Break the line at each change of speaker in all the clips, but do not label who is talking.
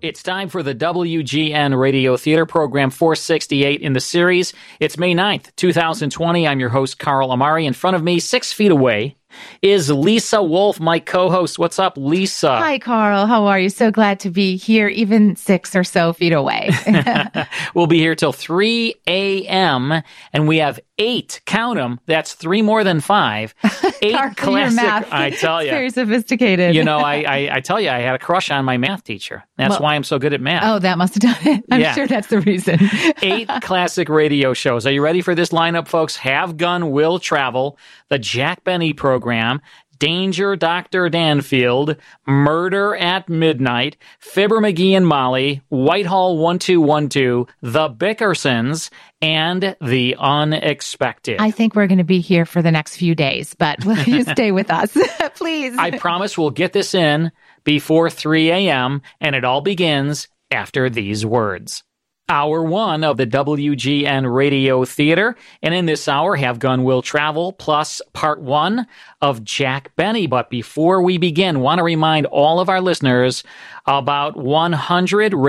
It's time for the WGN Radio Theater Program 468 in the series. It's May 9th, 2020. I'm your host, Carl Amari. In front of me, six feet away, is Lisa Wolf, my co host. What's up, Lisa?
Hi, Carl. How are you? So glad to be here, even six or so feet away.
we'll be here till 3 a.m. and we have eight, count them, that's three more than five, eight
Carl, your
classic,
math.
I tell
It's very
you.
sophisticated.
You know, I, I, I tell you, I had a crush on my math teacher. That's
Well-
why I'm so good at math.
Oh, that must have done it. I'm
Yeah.
sure that's the reason.
eight classic radio shows. Are you ready for this lineup, folks? Have Gun Will Travel, The Jack Benny Program, Danger Dr. Danfield, Murder at Midnight, Fibber McGee and Molly, Whitehall 1212, The Bickersons, and The Unexpected.
I think we're going to be here for the next few days, but will you stay with us, please?
I promise we'll get this in before 3 a.m., and it all begins after these words. Hour one of the WGN Radio Theater, and in this hour, Have Gun Will Travel, plus part one of Jack Benny. But before we begin, want to remind all of our listeners about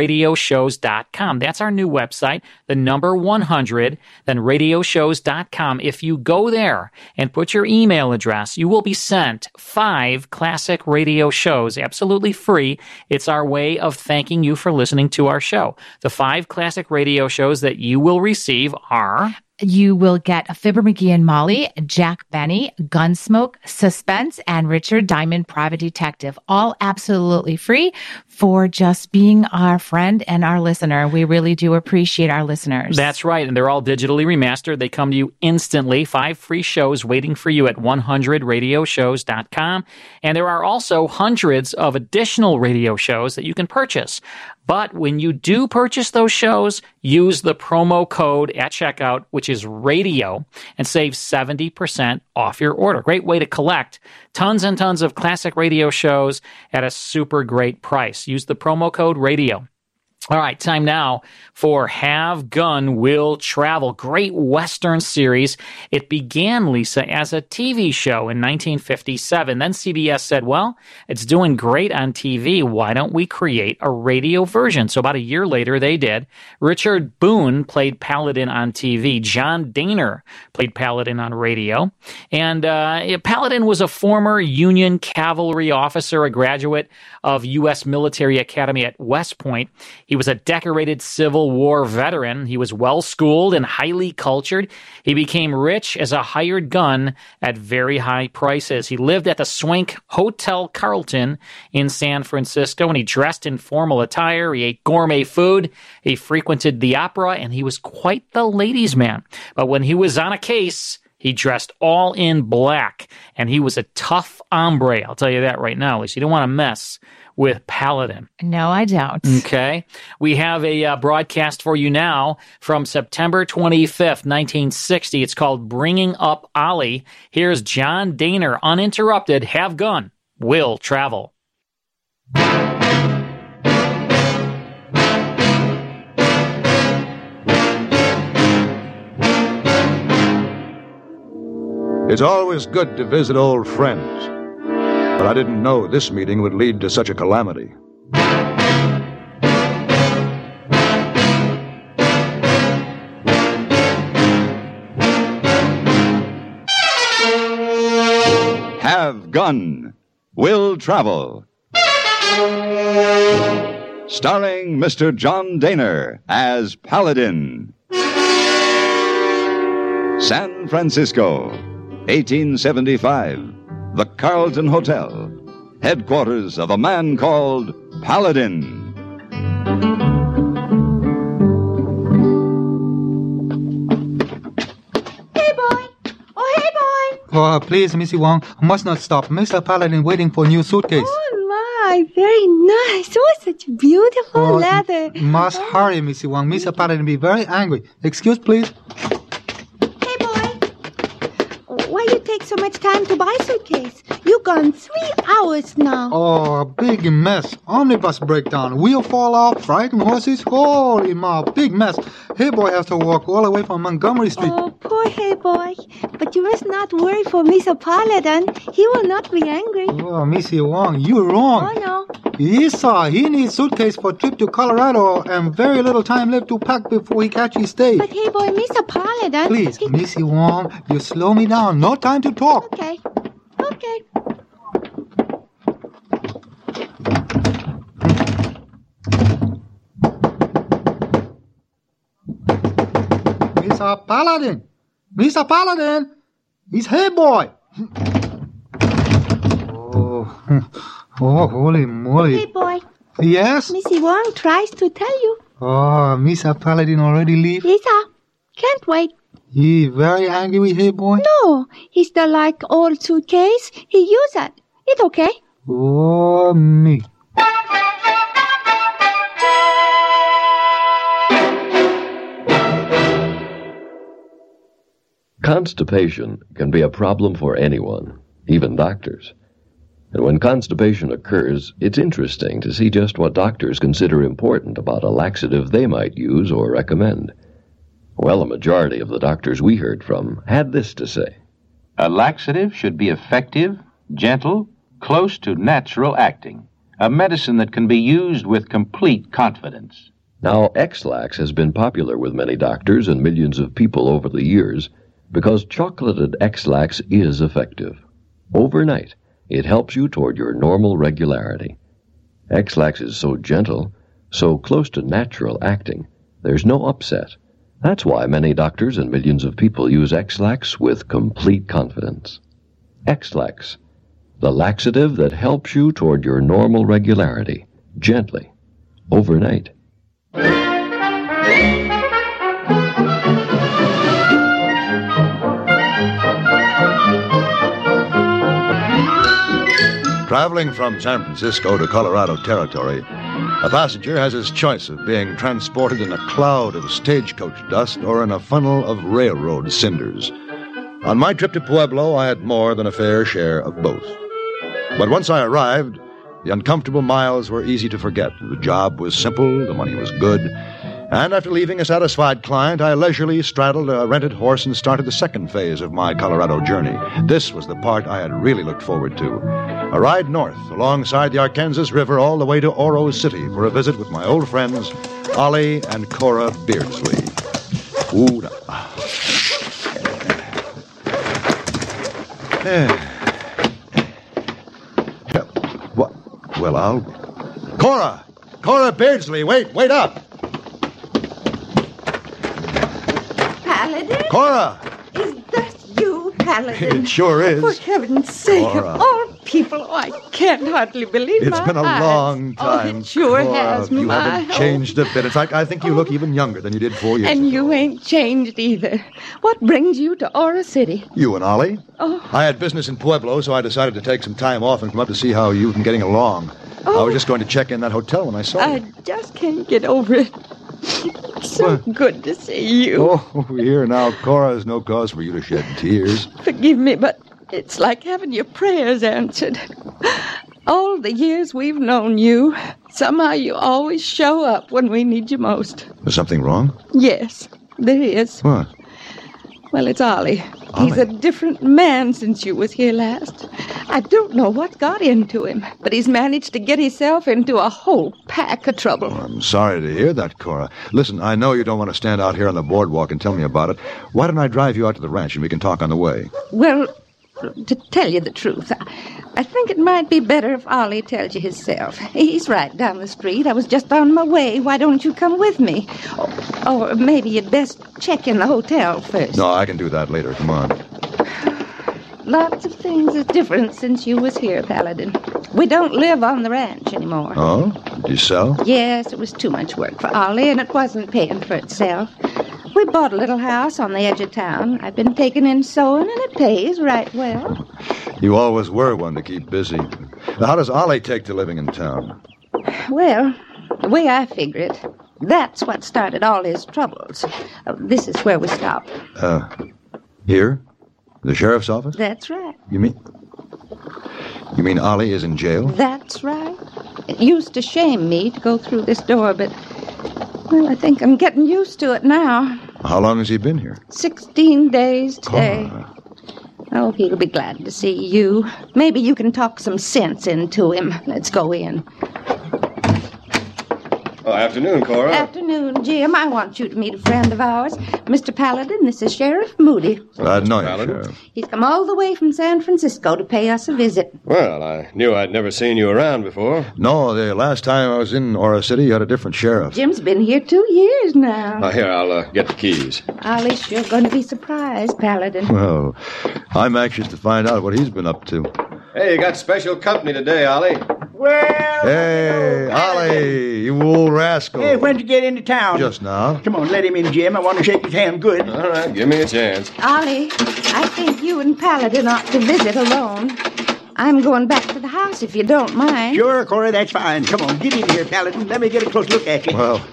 100radioshows.com. That's our new website, the number 100, then radioshows.com. If you go there and put your email address, you will be sent five classic radio shows absolutely free. It's our way of thanking you for listening to our show. The five classic radio shows that you will receive are.
you will get Fibber McGee and Molly, Jack Benny, Gunsmoke, Suspense, and Richard Diamond Private Detective, all absolutely free for just being our friend and our listener. We really do appreciate our listeners.
That's right. And they're all digitally remastered. They come to you instantly. Five free shows waiting for you at 100radioshows.com. And there are also hundreds of additional radio shows that you can purchase. But when you do purchase those shows, use the promo code at checkout, which is radio, and save 70% off your order. Great way to collect tons and tons of classic radio shows at a super great price. Use the promo code radio. All right, time now for Have Gun Will Travel. Great Western series. It began, Lisa, as a TV show in 1957. Then CBS said, well, it's doing great on TV. Why don't we create a radio version? So about a year later, they did. Richard Boone played Paladin on TV. John Daner played Paladin on radio. And uh, Paladin was a former Union cavalry officer, a graduate of U.S. Military Academy at West Point. He was a decorated Civil War veteran. He was well schooled and highly cultured. He became rich as a hired gun at very high prices. He lived at the Swank Hotel Carlton in San Francisco and he dressed in formal attire. He ate gourmet food. He frequented the opera and he was quite the ladies' man. But when he was on a case, he dressed all in black and he was a tough hombre. I'll tell you that right now, Lisa. You don't want to mess with Paladin.
no, Oh, I don't.
Okay. We have a uh, broadcast for you now from September 25th, 1960. It's called Bringing Up Ollie. Here's John Daner, uninterrupted, have gun, will travel.
It's always good to visit old friends. But I didn't know this meeting would lead to such a calamity.
Have Gun Will Travel. Starring Mr. John Daner as Paladin. San Francisco, 1875. The Carlton Hotel, headquarters of a man called Paladin.
Hey, boy. Oh, hey, boy.
Oh, please, Missy Wong, must not stop. Mr. Paladin waiting for new suitcase.
Oh, my. Very nice. Oh, such beautiful
Oh,
leather.
Must hurry, Missy Wong. Mr. Paladin be very angry. Excuse, please.
Hey, boy. Why you take so much time to buy suitcase? You gone three hours now.
Oh, a big mess. Omnibus breakdown. Wheel fall off. Frightened horses. Holy ma, big mess. Hey, boy has to walk all the way from Montgomery Street.
Oh, poor hey boy. But you must not worry for Mr. Paladin. He will not be angry.
Oh, Missy Wong, you Oh, wrong.
Oh, no.
Esau, he needs suitcase for trip to Colorado and very little time left to pack before he catch his stay.
But hey, boy, Mr. Paladin.
Please,
he-
Missy Wong, you slow me down. No time to talk.
Okay. Okay.
Mr. Paladin! Mr. Paladin! He's hey boy! Oh, oh, holy
Hey,
moly.
boy.
Yes?
Missy Wong tries to tell you.
Oh, Mr. Paladin already leave?
Lisa, can't wait.
He very angry with hey boy?
No, he's the like old suitcase. He use it. It's okay.
Oh, me.
Constipation can be a problem for anyone, even doctors. And when constipation occurs, it's interesting to see just what doctors consider important about a laxative they might use or recommend. Well, a majority of the doctors we heard from had this to say.
A laxative should be effective, gentle, close to natural acting. A medicine that can be used with complete confidence.
Now, X-Lax has been popular with many doctors and millions of people over the years because chocolated X-Lax is effective. Overnight, it helps you toward your normal regularity. X-Lax is so gentle, so close to natural acting, there's no upset. That's why many doctors and millions of people use X-Lax with complete confidence. X-Lax, the laxative that helps you toward your normal regularity, gently, overnight.
Traveling from San Francisco to Colorado Territory, a passenger has his choice of being transported in a cloud of stagecoach dust or in a funnel of railroad cinders. On my trip to Pueblo, I had more than a fair share of both. But once I arrived, the uncomfortable miles were easy to forget. The job was simple, the money was good, and after leaving a satisfied client, I leisurely straddled a rented horse and started the second phase of my Colorado journey. This was the part I had really looked forward to. A ride north alongside the Arkansas River all the way to Oro City for a visit with my old friends, Ollie and Cora Beardsley. Ooh, da- ah. Eh. Eh, What? Well, I'll. Cora! Cora Beardsley, wait, wait up!
Paladin?
Cora!
Is that you, Paladin?
It sure is.
Oh, For heaven's sake,
Cora.
of all people, oh, I can't hardly believe it.
It's been a long
Oh,
time.
it sure
Cora.
has.
You
my
haven't
oh.
changed a bit. In fact, I think you look even younger than you did four years
And
ago.
you ain't changed either. What brings you to Aura City?
You and Ollie?
Oh,
I had business in Pueblo, so I decided to take some time off and come up to see how you've been getting along. I was
Oh.
just going to check in that hotel when I saw
I
you.
just can't get over it. so
What?
good to see you.
Oh, here now, Cora is no cause for you to shed tears.
Forgive me, but it's like having your prayers answered. All the years we've known you, somehow you always show up when we need you most.
Is something wrong?
Yes, there is.
What?
Well, it's Ollie. He's
Ollie?
a different man since you was here last. I don't know what got into him, but he's managed to get himself into a whole pack of trouble.
Oh, I'm sorry to hear that, Cora. Listen, I know you don't want to stand out here on the boardwalk and tell me about it. Why don't I drive you out to the ranch and we can talk on the way?
Well, to tell you the truth, I, I think it might be better if Ollie tells you himself. He's right down the street. I was just on my way. Why don't you come with me? Oh, Or, or maybe you'd best check in the hotel first.
No, I can do that later. Come on.
Lots of things is different since you was here, Paladin. We don't live on the ranch anymore.
Oh? Did you sell?
Yes, it was too much work for Ollie, and it wasn't paying for itself. We bought a little house on the edge of town. I've been taking in sewing, and it pays right well.
You always were one to keep busy. Now, how does Ollie take to living in town?
Well, the way I figure it, that's what started all his troubles. Uh, this is where we stop.
Uh, here? The sheriff's office?
That's right.
You mean. You mean Ollie is in jail?
That's right. It used to shame me to go through this door, but, well, I think I'm getting used to it now.
How long has he been here?
Sixteen days today. Oh, he'll be glad to see you. Maybe you can talk some sense into him. Let's go in.
Oh, afternoon, Cora.
Afternoon, Jim. I want you to meet a friend of ours, Mr. Paladin. This is Sheriff Moody.
Glad no,
Paladin.
He's come all the way from San Francisco to pay us a visit.
Well, I knew I'd never seen you around before.
No, the last time I was in Aura City, you had a different sheriff.
Jim's been here two years now.
Uh, here, I'll uh, get the keys.
Alice, you're going to be surprised, Paladin.
Well, I'm anxious to find out what he's been up to.
Hey, you got special company today, Ollie.
Well,
Hey, Ollie, you old rascal.
hey, um, when'd you get into town?
Just now.
Come on, let him in, Jim. I want to shake his hand good.
All right, give me a chance.
Ollie, I think you and Paladin ought to visit alone. I'm going back to the house if you don't mind.
Sure, Cora, that's fine. Come on, get in here, Paladin. Let me get a close look at you.
Well,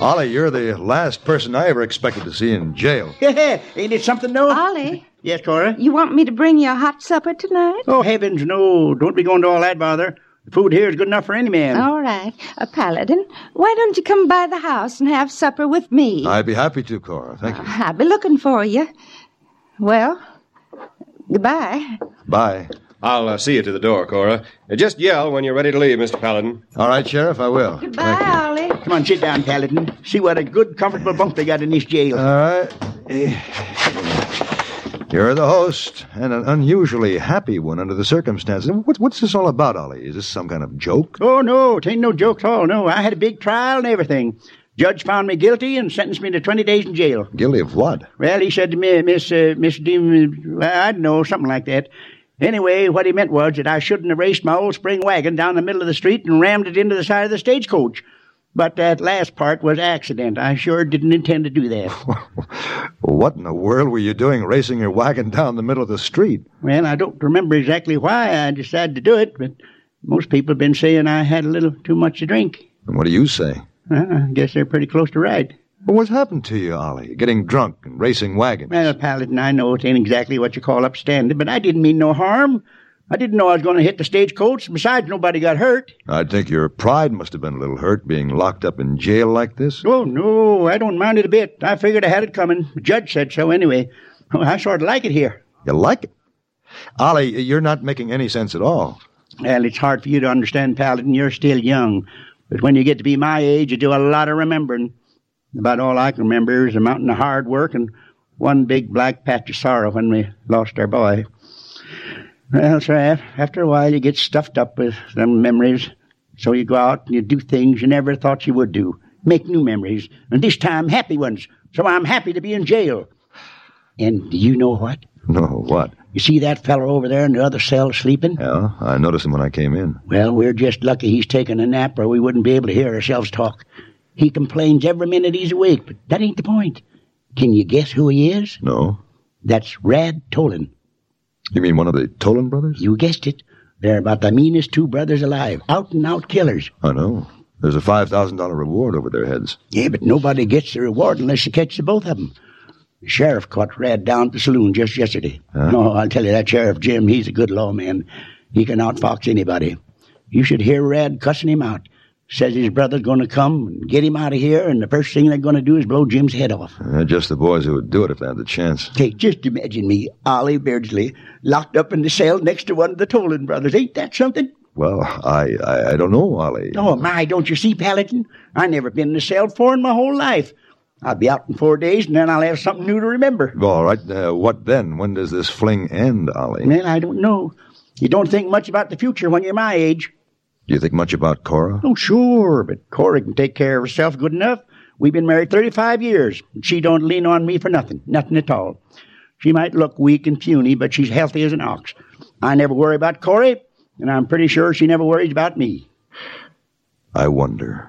Ollie, you're the last person I ever expected to see in jail.
Ain't it something, though?
Ollie,
yes, Cora?
you want me to bring you a hot supper tonight?
Oh, heavens, no. Don't be going to all that bother. The food here is good enough for any man.
All right. Uh, Paladin, why don't you come by the house and have supper with me?
I'd be happy to, Cora. Thank you.
I'll be looking for you. Well, goodbye.
Bye.
I'll uh, see you to the door, Cora. Uh, just yell when you're ready to leave, Mr. Paladin.
All right, Sheriff, I will. Thank you.
Bye, Ollie.
Come on, sit down, Paladin. See what a good, comfortable bunk they got in this jail.
All right. Eh, You're the host, and an unusually happy one under the circumstances. What, what's this all about, Ollie? Is this some kind of joke?
Oh, no, it ain't no joke at all, no. I had a big trial and everything. Judge found me guilty and sentenced me to 20 days in jail.
Guilty of what?
Well, he said to me, Miss, uh, Miss Dean, uh, I don't know, something like that. Anyway, what he meant was that I shouldn't have raced my old spring wagon down the middle of the street and rammed it into the side of the stagecoach. But that last part was accident. I sure didn't intend to do that.
What in the world were you doing racing your wagon down the middle of the street?
well, I don't remember exactly why I decided to do it, but most people have been saying I had a little too much to drink.
And what do you say?
Well, I guess they're pretty close to right.
Well, what's happened to you, Ollie? Getting drunk and racing wagons.
Well, Paladin, I know it ain't exactly what you call upstanding, but I didn't mean no harm. I didn't know I was going to hit the stagecoach. Besides, nobody got hurt.
I think your pride must have been a little hurt being locked up in jail like this.
Oh, no, I don't mind it a bit. I figured I had it coming. The judge said so anyway. Oh, I sort of like it here.
You like it? Ollie, you're not making any sense at all.
Well, it's hard for you to understand, Paladin. You're still young. But when you get to be my age, you do a lot of remembering. About all I can remember is a mountain of hard work and one big black patch of sorrow when we lost our boy. Well, sir, af- after a while, you get stuffed up with them memories. So you go out and you do things you never thought you would do. Make new memories, and this time happy ones. So I'm happy to be in jail. And do you know what?
No, what?
You see that fellow over there in the other cell sleeping?
Yeah, I noticed him when I came in.
Well, we're just lucky he's taking a nap, or we wouldn't be able to hear ourselves talk. He complains every minute he's awake, but that ain't the point. Can you guess who he is?
No?
That's Rad Tolan.
You mean one of the Tolan brothers?
You guessed it. They're about the meanest two brothers alive, out and out killers.
I know. There's a $5,000 reward over their heads.
Yeah, but nobody gets the reward unless you catch the both of 'em. The sheriff caught Rad down at the saloon just yesterday. No, I'll tell you, that Sheriff Jim, he's a good lawman. He can outfox anybody. You should hear Rad cussing him out. Says his brother's going to come and get him out of here, and the first thing they're going to do is blow Jim's head off.
They're just the boys who would do it if they had the chance.
Hey, just imagine me, Ollie Beardsley, locked up in the cell next to one of the Tolan brothers. Ain't that something?
Well, I, I, I don't know, Ollie.
Oh, my, don't you see, Paladin? I never been in a cell before in my whole life. I'll be out in four days, and then I'll have something new to remember.
All right, uh, what then? When does this fling end, Ollie?
Well, I don't know. You don't think much about the future when you're my age.
Do you think much about Cora?
Oh, sure, but Cora can take care of herself good enough. We've been married 35 years, and she don't lean on me for nothing, nothing at all. She might look weak and puny, but she's healthy as an ox. I never worry about Corey, and I'm pretty sure she never worries about me.
I wonder.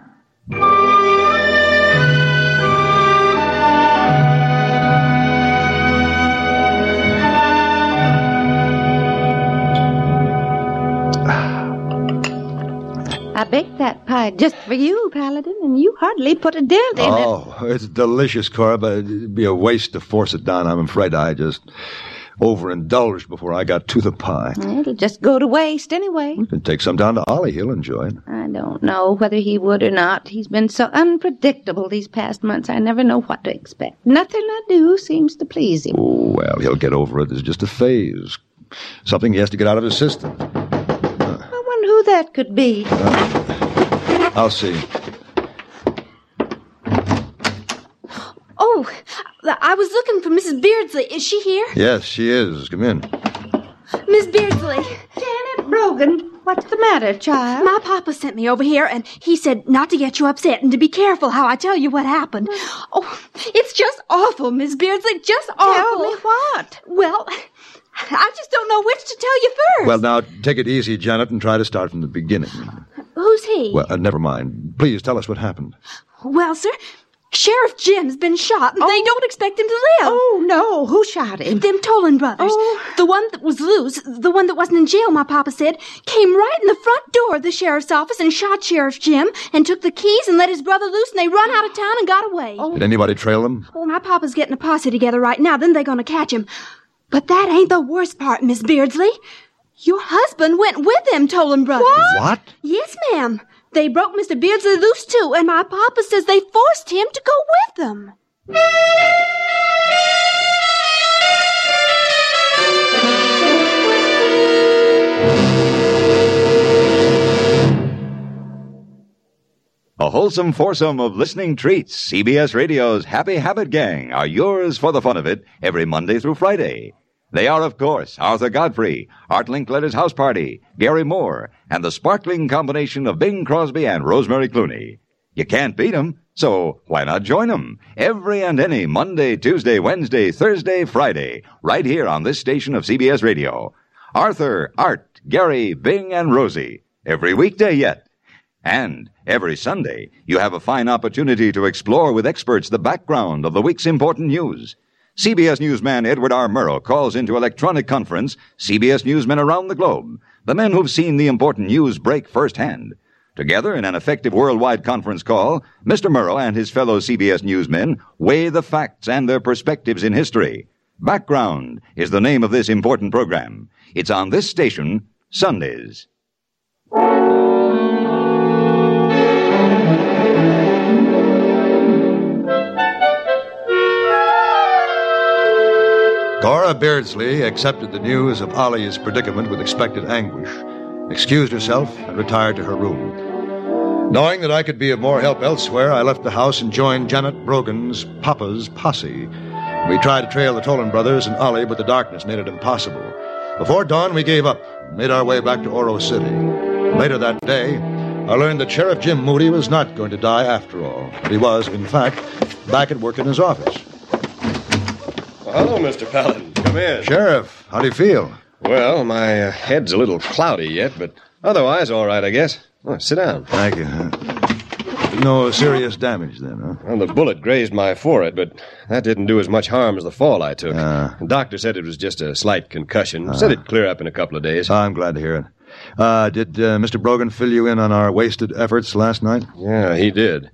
I baked that pie just for you, Paladin, and you hardly put a dent in it.
Oh, it's delicious, Cora, but it'd be a waste to force it down. I'm afraid I just. overindulged before I got to the pie.
Oh.
It'll just go to waste anyway.
You can take some down to Ollie. He'll enjoy it.
I don't know whether he would or not. He's been so unpredictable these past months, I never know what to expect. Nothing I do seems to please him.
Well, he'll get over it. It's just a phase. Something he has to get out of his system.
I wonder who that could be.
I'll see.
Oh, I was looking for Mrs. Beardsley. Is she here?
Yes, she is. Come in.
Miss Beardsley. Janet Brogan, what's the matter, child? My papa sent me over here, and he said not to get you upset and to be careful how I tell you what happened. Oh, it's just awful, Miss Beardsley, just awful. Tell me what? Well, I just don't know which to tell you first.
Well, now, take it easy, Janet, and try to start from the beginning.
Who's he?
Well, uh, never mind. Please tell us what happened.
Well, sir, Sheriff Jim's been shot, and they don't expect him to live.
Oh, no. Who shot him? Oh.
Them Tolan brothers. The one that was loose, the one that wasn't in jail, my papa said, came right in the front door of the sheriff's office and shot Sheriff Jim and took the keys and let his brother loose, and they run out of town and got away.
Oh,
Did anybody trail them?
Well, my papa's getting a posse together right now. Then they're going to catch him. But that ain't the worst part, Miss Beardsley. Your husband went with them Tolan brothers.
What?
Yes, ma'am. They broke Mr. Beardsley loose, too, and my papa says they forced him to go with them.
A wholesome foursome of listening treats, CBS Radio's Happy Habit Gang, are yours for the fun of it every Monday through Friday. They are, of course, Arthur Godfrey, Art Linkletter's House Party, Gary Moore, and the sparkling combination of Bing Crosby and Rosemary Clooney. You can't beat 'em, so why not join 'em Every and any Monday, Tuesday, Wednesday, Thursday, Friday, right here on this station of CBS Radio. Arthur, Art, Gary, Bing, and Rosie. Every weekday yet. And every Sunday, you have a fine opportunity to explore with experts the background of the week's important news. CBS newsman Edward R. Murrow calls into electronic conference CBS newsmen around the globe, the men who've seen the important news break firsthand. Together in an effective worldwide conference call, Mr. Murrow and his fellow CBS newsmen weigh the facts and their perspectives in history. Background is the name of this important program. It's on this station, Sundays.
Cora Beardsley accepted the news of Ollie's predicament with expected anguish, excused herself, and retired to her room. Knowing that I could be of more help elsewhere, I left the house and joined Janet Brogan's Papa's posse. We tried to trail the Tolan brothers and Ollie, but the darkness made it impossible. Before dawn, we gave up and made our way back to Oro City. Later that day, I learned that Sheriff Jim Moody was not going to die after all. But he was, in fact, back at work in his office.
hello, Mr. Paladin. Come in.
Sheriff, how do you feel?
Well, my uh, head's a little cloudy yet, but otherwise all right, I guess. Oh, sit down.
Thank you. Uh, No serious damage then, huh?
Well, the bullet grazed my forehead, but that didn't do as much harm as the fall I took.
Ah.
the doctor said it was just a slight concussion. said it'd clear up in a couple of days.
Ah, I'm glad to hear it. Uh, did uh, Mr. Brogan fill you in on our wasted efforts last night?
Yeah, he did.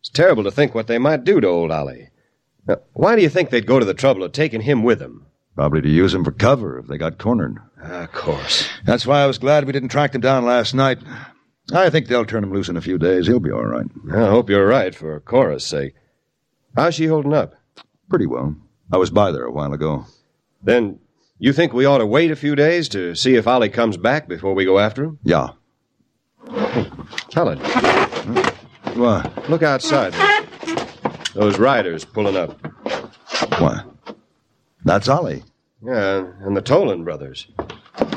It's terrible to think what they might do to old Ollie. Now, why do you think they'd go to the trouble of taking him with them? Ah,
Probably to use him for cover if they got cornered.
Of course.
That's why I was glad we didn't track them down last night. I think they'll turn him loose in a few days. He'll be all right.
I hope you're right for Cora's sake. How's she holding up?
Pretty well. I was by there a while ago.
Then you think we ought to wait a few days to see if Ollie comes back before we go after him?
Yeah.
Helen,
Hmm? Why?
look outside. Those riders pulling up.
Why? That's Ollie.
Yeah, and the Tolan brothers.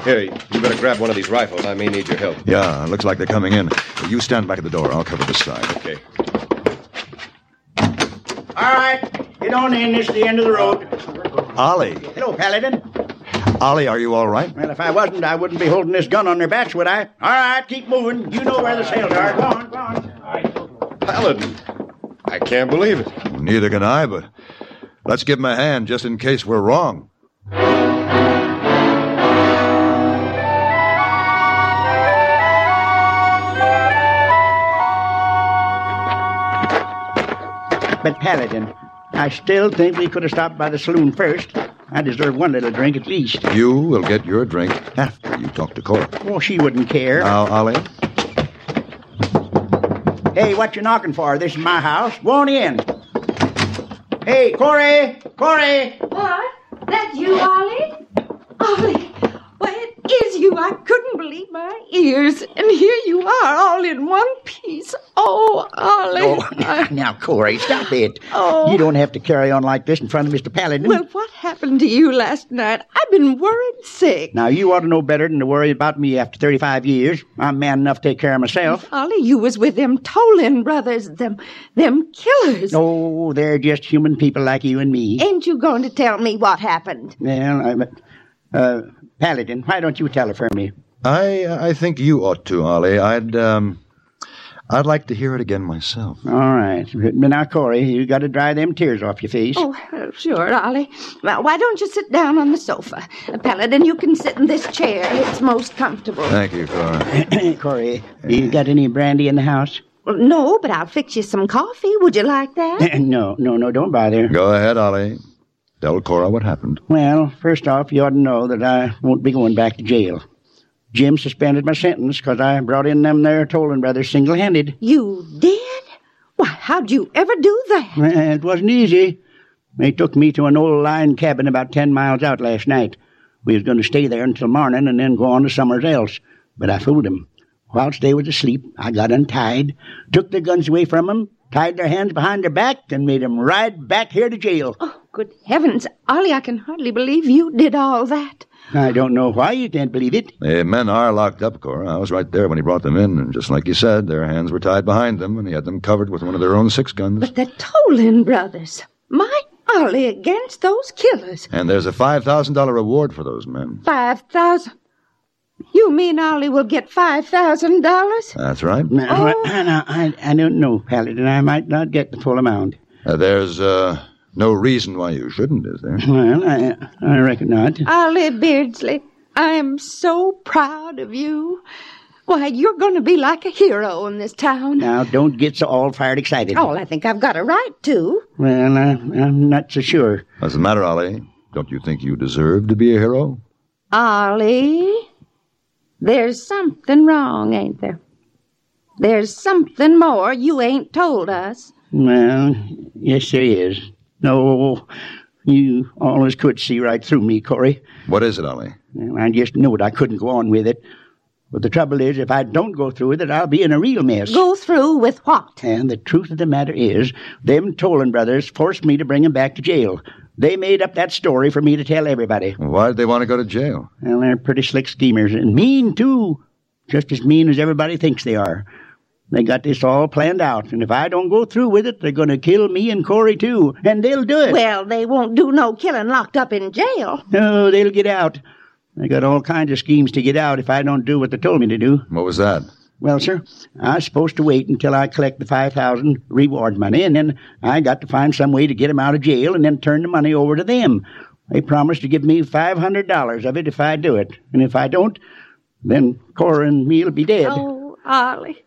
Here, you better grab one of these rifles. I may need your help.
Yeah, looks like they're coming in. You stand back at the door. I'll cover this side.
Okay.
All right, get on in. This is the end of the road.
Ollie.
Hello, Paladin.
Ollie, are you all right?
Well, if I wasn't, I wouldn't be holding this gun on their backs, would I? All right, keep moving. You know where the sales are. Go on, go on.
Paladin. I can't believe it.
Neither can I, but let's give him a hand just in case we're wrong.
But Paladin, I still think we could have stopped by the saloon first. I deserve one little drink at least.
You will get your drink after you talk to Cora.
Well, she wouldn't care.
Now, Ollie,
Hey, what you knocking for? This is my house. Go on in. Hey, Corey! Corey!
What? That you, Ollie? Ollie, why, it is you. I couldn't believe my ears. And here you are, all in one piece. Oh, Ollie.
Oh, now, Corey, stop it.
uh, Oh.
You don't have to carry on like this in front of Mr. Paladin.
Well, what happened to you last night? I've been worried sick.
now, you ought to know better than to worry about me after 35 years. I'm man enough to take care of myself.
Ollie, you was with them Tolan brothers, them, them killers.
Oh, they're just human people like you and me.
Ain't you going to tell me what happened?
Well, I'm, uh, Paladin, why don't you tell her for me?
I uh, I think you ought to, Ollie. I'd um, I'd like to hear it again myself.
All right. Now, Corey, you got to dry them tears off your face.
Oh, uh, sure, Ollie. Well, why don't you sit down on the sofa? Uh, Paladin, you can sit in this chair. It's most comfortable.
Thank you, Cora.
Corey, you got any brandy in the house?
Well, no, but I'll fix you some coffee. Would you like that?
no, no, no, don't bother.
Go ahead, Ollie. Tell Cora what happened.
Well, first off, you ought to know that I won't be going back to jail. Jim suspended my sentence because I brought in them there Tolan brothers single handed.
You did? Why, how'd you ever do that?
It wasn't easy. They took me to an old line cabin about ten miles out last night. We was going to stay there until morning and then go on to somewheres else, but I fooled 'em. Whilst they was asleep, I got untied, took their guns away from 'em, tied their hands behind their back, and made 'em ride back here to jail.
Oh, Good heavens, Ollie, I can hardly believe you did all that.
I don't know why you can't believe it.
The men are locked up, Cora. I was right there when he brought them in, and just like you said, their hands were tied behind them, and he had them covered with one of their own six guns.
The Tolan brothers. My Ollie against those killers.
And there's a five thousand dollar reward for those men.
Five thousand. You mean Ollie will get five thousand dollars?
That's right.
Now,
Oh.
I, now, I, I don't know, Paladin. I might not get the full amount.
Uh, there's uh, no reason why you shouldn't, is there?
Well, I, I reckon not.
Ollie Beardsley, I am so proud of you. Why, you're going to be like a hero in this town.
Now, don't get so all fired excited.
Oh, I think I've got a right to.
Well, I, I'm not so sure.
What's the matter, Ollie? Don't you think you deserve to be a hero?
Ollie, there's something wrong, ain't there? There's something more you ain't told us.
Well, yes, there is. No, you always could see right through me, Corey.
What is it, Ollie?
Well, I just knowed I couldn't go on with it. But the trouble is, if I don't go through with it, I'll be in a real mess.
Go through with what?
And the truth of the matter is, them Tolan brothers forced me to bring 'em back to jail. They made up that story for me to tell everybody.
Why did they want to go to jail?
Well, they're pretty slick schemers, and mean, too. Just as mean as everybody thinks they are. They got this all planned out, and if I don't go through with it, they're going to kill me and Corey, too, and they'll do it.
Well, they won't do no killing locked up in jail.
No, they'll get out. They got all kinds of schemes to get out if I don't do what they told me to do.
What was that?
Well, sir, I was supposed to wait until I collect the 5000 reward money, and then I got to find some way to get 'em out of jail and then turn the money over to them. They promised to give me $500 of it if I do it, and if I don't, then Cora and me will be dead.
Oh, Ollie.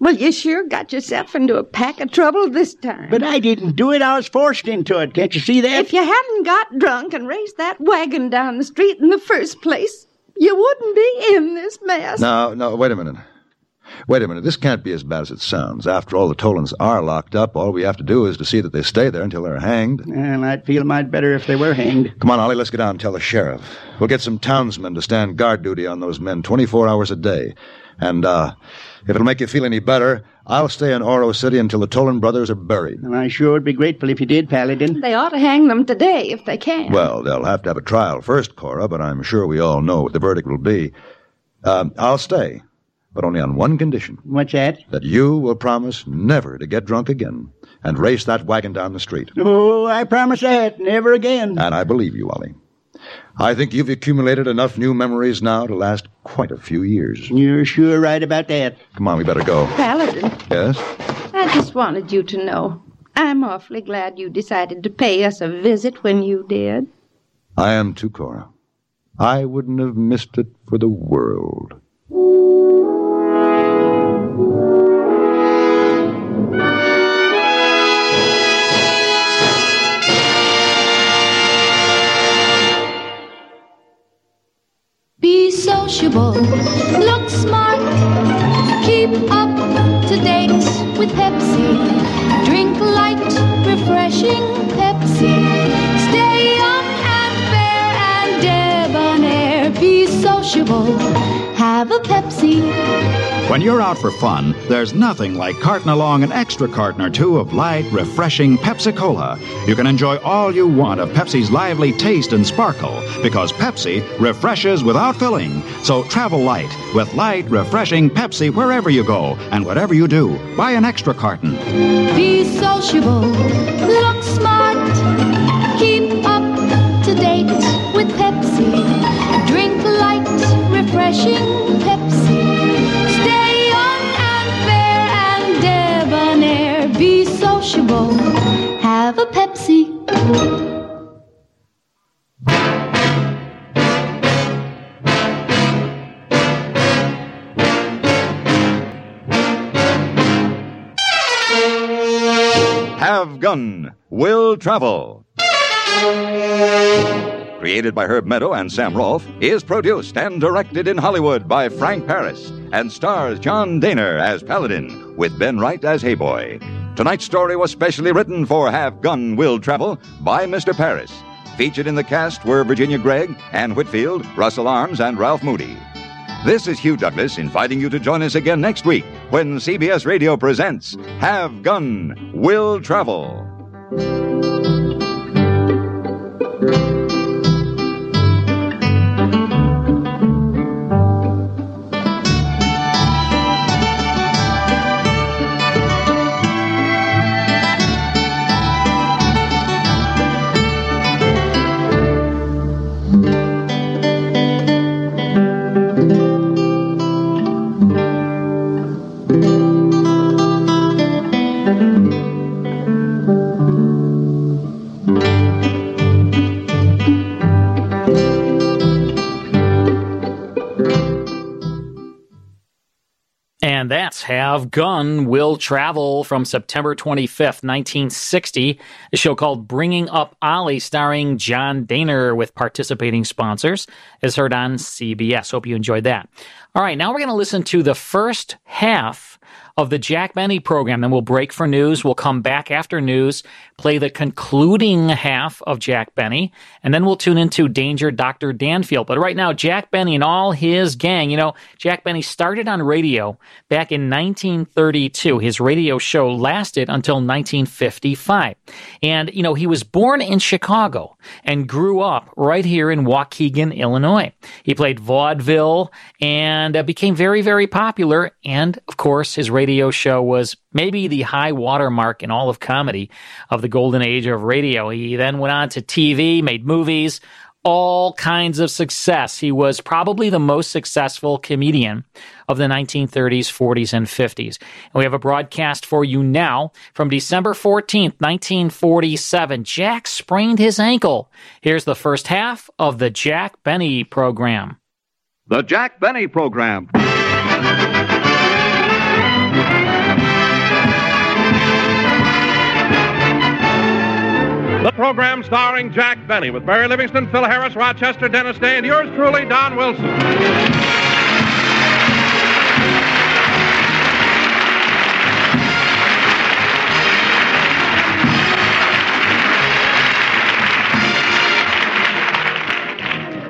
Well, you sure got yourself into a pack of trouble this time.
But I didn't do it. I was forced into it. Can't you see that?
If you hadn't got drunk and raced that wagon down the street in the first place, you wouldn't be in this mess.
No, no, wait a minute. Wait a minute. This can't be as bad as it sounds. After all, the Tolans are locked up. All we have to do is to see that they stay there until they're hanged.
And I'd feel might better if they were hanged.
Come on, Ollie, let's get down and tell the sheriff. We'll get some townsmen to stand guard duty on those men 24 hours a day. And, uh, if it'll make you feel any better, I'll stay in Oro City until the Tolan brothers are buried.
And I sure would be grateful if you did, Paladin.
They ought to hang them today if they can.
Well, they'll have to have a trial first, Cora, but I'm sure we all know what the verdict will be. Um, I'll stay, but only on one condition
What's that?
that you will promise never to get drunk again and race that wagon down the street.
Oh, I promise that. Never again.
And I believe you, Ollie. I think you've accumulated enough new memories now to last quite a few years.
You're sure right about that.
Come on, we better go.
Paladin,
Yes?
I just wanted you to know. I'm awfully glad you decided to pay us a visit when you did.
I am too, Cora. I wouldn't have missed it for the world.
Untouchable. Look smart. Keep up to date with Pepsi. Drink light, refreshing Pepsi. Stay young and fair and debonair. Be sociable. Have a Pepsi.
When you're out for fun, there's nothing like carting along an extra carton or two of light, refreshing Pepsi Cola. You can enjoy all you want of Pepsi's lively taste and sparkle because Pepsi refreshes without filling. So travel light with light, refreshing Pepsi wherever you go and whatever you do. Buy an extra carton.
Be sociable. Look smart. Keep up to date with Pepsi. Drink light, refreshing Pepsi. Stay young and fair and debonair. Be sociable. Have a Pepsi.
Have Gun, Will Travel. Created by Herb Meadow and Sam Rolfe, is produced and directed in Hollywood by Frank Paris and stars John Daner as Paladin with Ben Wright as Hayboy. Tonight's story was specially written for Have Gun, Will Travel by Mr. Paris. Featured in the cast were Virginia Gregg, Ann Whitfield, Russell Arms, and Ralph Moody. This is Hugh Douglas inviting you to join us again next week when CBS Radio presents Have Gun, Will Travel.
And that's Have Gun Will Travel from September 25th, 1960. A show called Bringing Up Ollie, starring John Daner with participating sponsors, is heard on CBS. Hope you enjoyed that. All right, now we're going to listen to the first half of the Jack Benny program. Then we'll break for news. We'll come back after news, play the concluding half of Jack Benny, and then we'll tune into Danger Dr. Danfield. But right now, Jack Benny and all his gang, you know, Jack Benny started on radio back in 1932. His radio show lasted until 1955. And, you know, he was born in Chicago and grew up right here in Waukegan, Illinois. He played vaudeville and uh, became very, very popular. And of course, his radio show was maybe the high watermark in all of comedy of the golden age of radio. He then went on to TV, made movies, all kinds of success. He was probably the most successful comedian of the 1930s, 40s, and 50s. And we have a broadcast for you now from December 14th, 1947. Jack sprained his ankle. Here's the first half of the Jack Benny program.
The Jack Benny Program.
The program starring Jack Benny with Barry Livingston, Phil Harris, Rochester, Dennis Day, and yours truly, Don Wilson.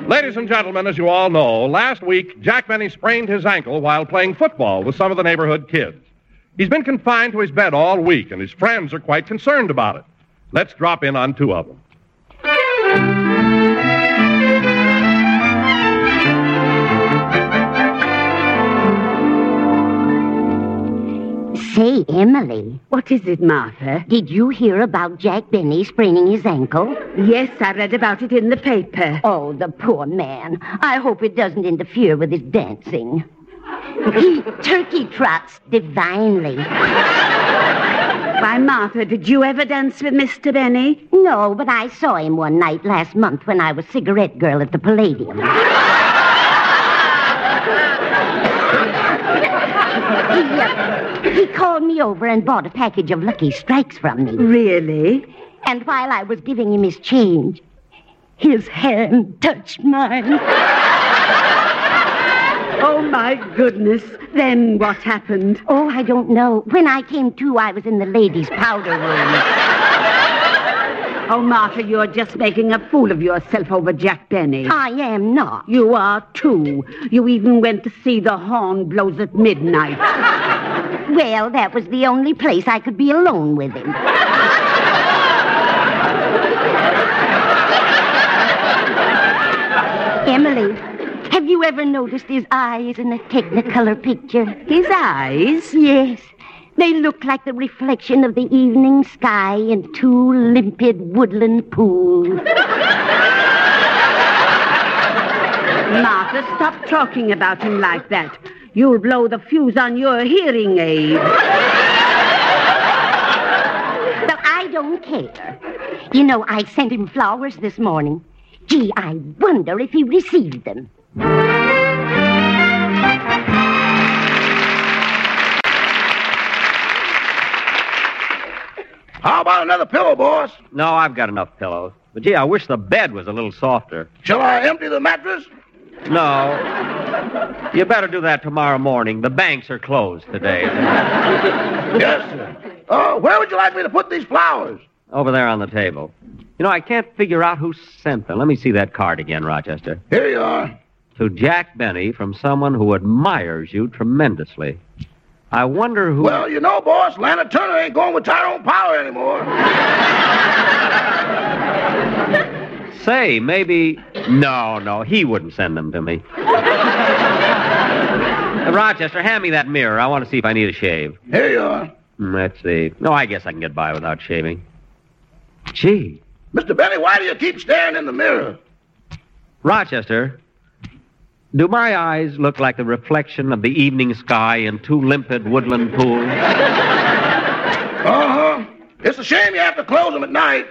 Ladies and gentlemen, as you all know, last week Jack Benny sprained his ankle while playing football with some of the neighborhood kids. He's been confined to his bed all week, and his friends are quite concerned about it. Let's drop in on two of them.
Say, Emily. What is it, Martha? Did you hear about Jack Benny spraining his ankle? Yes, I read about it in the paper. Oh, the poor man. I hope it doesn't interfere with his dancing. he turkey trots divinely.
Why, Martha, did you ever dance with Mr. Benny?
No, but I saw him one night last month when I was cigarette girl at the Palladium. he, uh, he called me over and bought a package of Lucky Strikes from me. Really? And while I was giving him his change, his hand touched mine.
Oh, my goodness.
Then what happened? Oh, I don't know. When I came to, I was in the ladies' powder room.
Oh, Martha, you're just making a fool of yourself over Jack Benny.
I am not.
You are too. You even went to see the horn blows at midnight.
Well, that was the only place I could be alone with him. Emily, have you ever noticed his eyes in a Technicolor picture? His eyes? Yes. They look like the reflection of the evening sky in two limpid woodland pools.
Martha, stop talking about him like that. You'll blow the fuse on your hearing aid.
But I don't care. You know, I sent him flowers this morning. Gee, I wonder if he received them.
How about another pillow, boss? No, I've got enough pillows. But gee, I wish the bed was a little softer.
Shall I empty the mattress?
No. You better do that tomorrow morning. The banks are closed today.
yes, sir. Uh, where would you like me to put these flowers?
Over there on the table. You know, I can't figure out who sent them. Let me see that card again, Rochester.
Here you are.
To Jack Benny from someone who admires you tremendously. I wonder who.
Well, you know, boss, Lana Turner ain't going with Tyrone Power anymore.
Say, maybe. No, no, he wouldn't send them to me. Uh, Rochester, hand me that mirror. I want to see if I need a shave.
Here you are.
Mm, Let's see. No, I guess I can get by without shaving. Gee.
Mr. Benny, why do you keep staring in the mirror?
Rochester, do my eyes look like the reflection of the evening sky in two limpid woodland pools?
Uh huh. It's a shame you have to close them at night.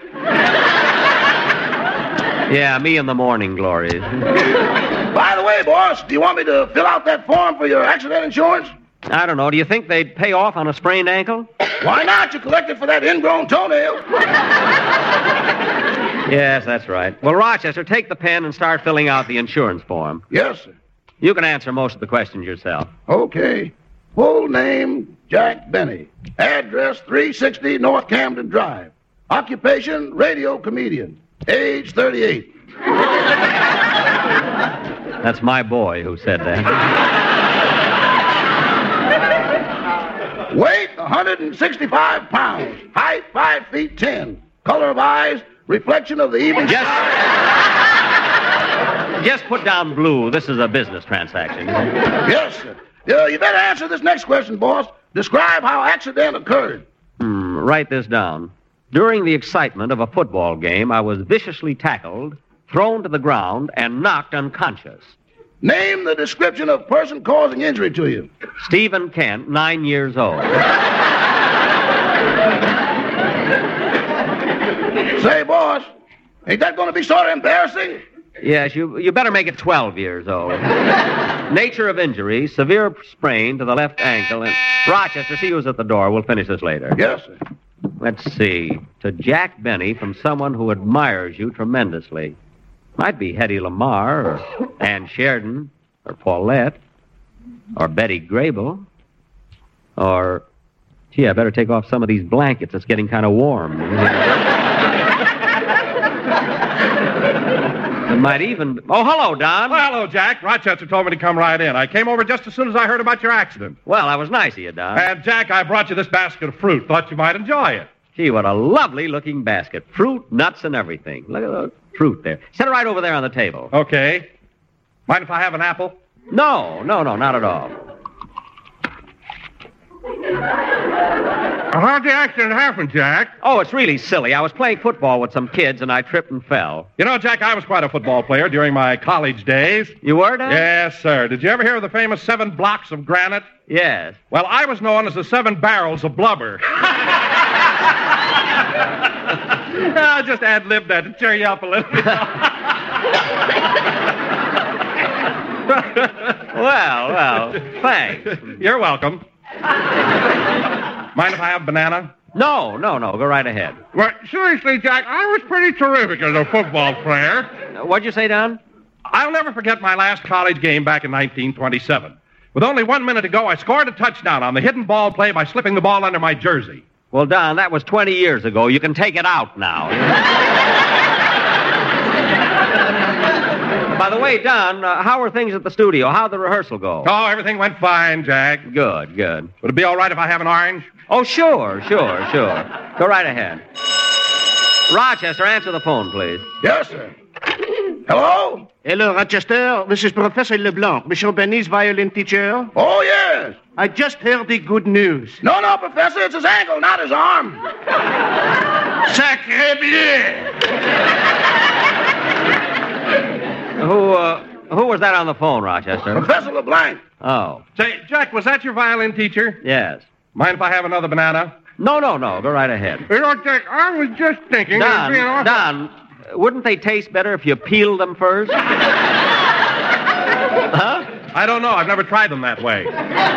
Yeah, me in the morning glories.
By the way, boss, do you want me to fill out that form for your accident insurance?
I don't know. Do you think they'd pay off on a sprained ankle?
Why not? You collected for that ingrown toenail.
Yes, that's right. Well, Rochester, take the pen and start filling out the insurance form.
Yes, sir.
You can answer most of the questions yourself.
Okay. Full name Jack Benny. Address 360 North Camden Drive. Occupation radio comedian. Age 38.
That's my boy who said that.
Weight 165 pounds. Height 5 feet 10. Color of eyes, reflection of the evening yes.
Just put down blue. This is a business transaction.
Yes, sir. Yeah, you better answer this next question, boss. Describe how accident occurred.
Hmm, write this down. During the excitement of a football game, I was viciously tackled, thrown to the ground, and knocked unconscious.
Name the description of person causing injury to you.
Stephen Kent, nine years old.
Say, boss, ain't that going to be sort of embarrassing?
Yes, you, you better make it 12 years old. Nature of injury, severe sprain to the left ankle. And Rochester, see who's at the door. We'll finish this later.
Yes, sir.
Let's see. To Jack Benny from someone who admires you tremendously. Might be Hetty Lamar or Ann Sheridan or Paulette or Betty Grable or. Gee, I better take off some of these blankets. It's getting kind of warm. it might even. Oh, hello, Don.
Well, hello, Jack. Rochester told me to come right in. I came over just as soon as I heard about your accident.
Well, I was nice of you, Don.
And, Jack, I brought you this basket of fruit. Thought you might enjoy it.
Gee, what a lovely looking basket. Fruit, nuts, and everything. Look at the fruit there. Set it right over there on the table.
Okay. Mind if I have an apple?
No, no, no, not at all.
How'd the accident happen, Jack?
Oh, it's really silly. I was playing football with some kids and I tripped and fell.
You know, Jack, I was quite a football player during my college days.
You were, Don?
Yes, sir. Did you ever hear of the famous seven blocks of granite?
Yes.
Well, I was known as the seven barrels of blubber. I just ad lib that to cheer you up a little bit.
well, well, thanks.
You're welcome. Mind if I have a banana?
No, no, no. Go right ahead.
Well, seriously, Jack, I was pretty terrific as a football player.
Uh, What'd you say, Don?
I'll never forget my last college game back in 1927. With only one minute to go, I scored a touchdown on the hidden ball play by slipping the ball under my jersey.
Well, Don, that was 20 years ago. You can take it out now. By the way, Don, uh, how are things at the studio? How'd the rehearsal go?
Oh, everything went fine, Jack.
Good, good.
Would it be all right if I have an orange?
Oh, sure, sure, sure. Go right ahead. Rochester, answer the phone, please.
Yes, sir. Hello?
Hello, Rochester. This is Professor Leblanc, Michel Benny's violin teacher.
Oh, yes.
I just heard the good news.
No, no, Professor, it's his ankle, not his arm. Sacre bleu!
Who, uh, who was that on the phone, Rochester?
Professor LeBlanc.
Oh,
Say, Jack, was that your violin teacher?
yes.
Mind if I have another banana?
No, no, no. Go right ahead.
You know, Jack, I was just thinking. of
Don,
being awful-
Don, wouldn't they taste better if you peeled them first? huh?
I don't know. I've never tried them that way.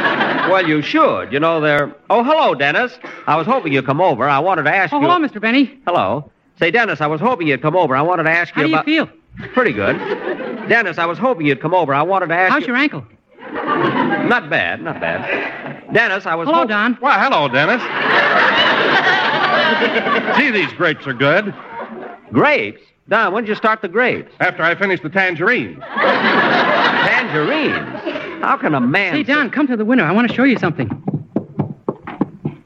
Well, you should. You know, they're. Oh, hello, Dennis. I was hoping you'd come over. I wanted to ask
Oh,
you.
hello, Mr. Benny.
Hello. Say, Dennis, I was hoping you'd come over. I wanted to ask
How
you
do you
about.
feel?
Pretty good. Dennis, I was hoping you'd come over. I wanted to ask
How's
you.
your ankle?
Not bad, not bad. Dennis, I was. Hello,
Don.
Well, hello, Dennis. Gee, these grapes are good.
Grapes? Don, when did you start the grapes?
After I finished the tangerines.
Tangerines? How can a man.
Hey, Don, come to the window. I want to show you something.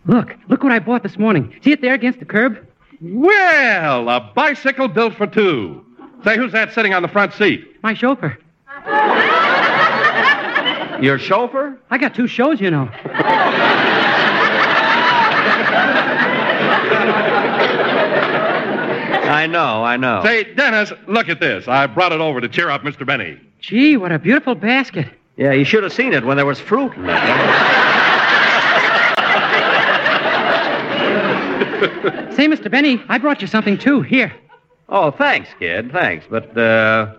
Look, look what I bought this morning. See it there against the curb?
Well, a bicycle built for two. Say, who's that sitting on the front seat?
My chauffeur.
Your chauffeur?
I got two shows, you know.
I know, I know.
Say, Dennis, look at this. I brought it over to cheer up Mr. Benny.
Gee, what a beautiful basket.
Yeah, you should have seen it when there was fruit in it.
Say, Mr. Benny, I brought you something, too. Here.
Oh, thanks, kid. Thanks. But, uh,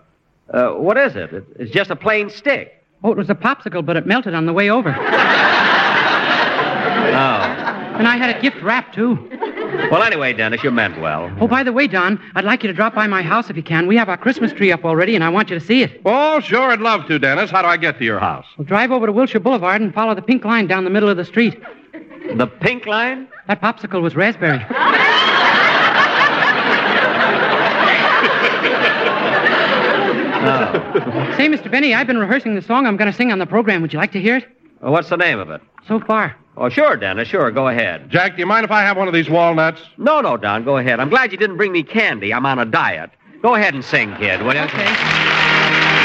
uh, what is it? It- It's just a plain stick.
Oh, it was a popsicle, but it melted on the way over.
Oh.
And I had it gift wrapped, too.
Well, anyway, Dennis, you meant well.
Oh, by the way, Don, I'd like you to drop by my house if you can. We have our Christmas tree up already, and I want you to see it.
Oh, sure, I'd love to, Dennis. How do I get to your house?
Well, drive over to Wilshire Boulevard and follow the pink line down the middle of the street.
The pink line?
That popsicle was raspberry.
Oh.
Say, Mr. Benny, I've been rehearsing the song I'm going to sing on the program. Would you like to hear it?
What's the name of it?
So far.
Oh, sure, Dennis, sure. Go ahead.
Jack, do you mind if I have one of these walnuts?
No, no, Don, go ahead. I'm glad you didn't bring me candy. I'm on a diet. Go ahead and sing, kid, will you? Okay.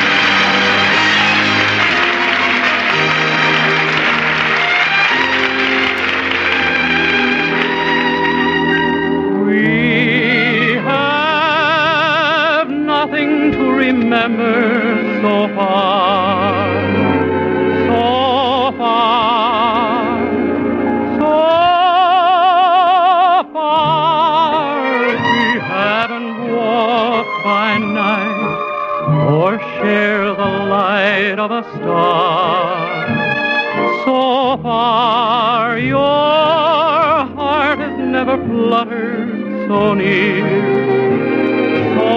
We have nothing to remember so far, so far, so far. We haven't walked by night or shared the light of a star. So far, your heart has never fluttered so near, so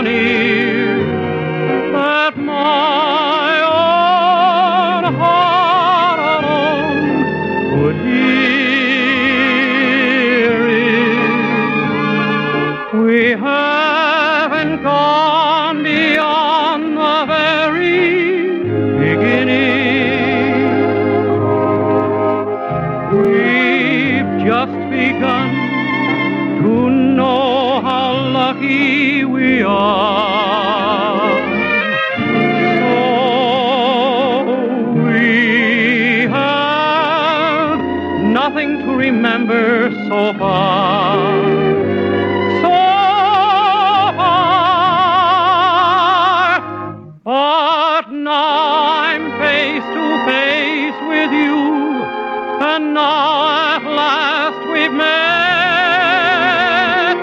near that my own heart alone would hear it. We haven't gone beyond the very beginning. We've just begun to know how lucky we are. Oh, So we have nothing to remember so far. So far, but now I'm face to face with you. And now at last we've met.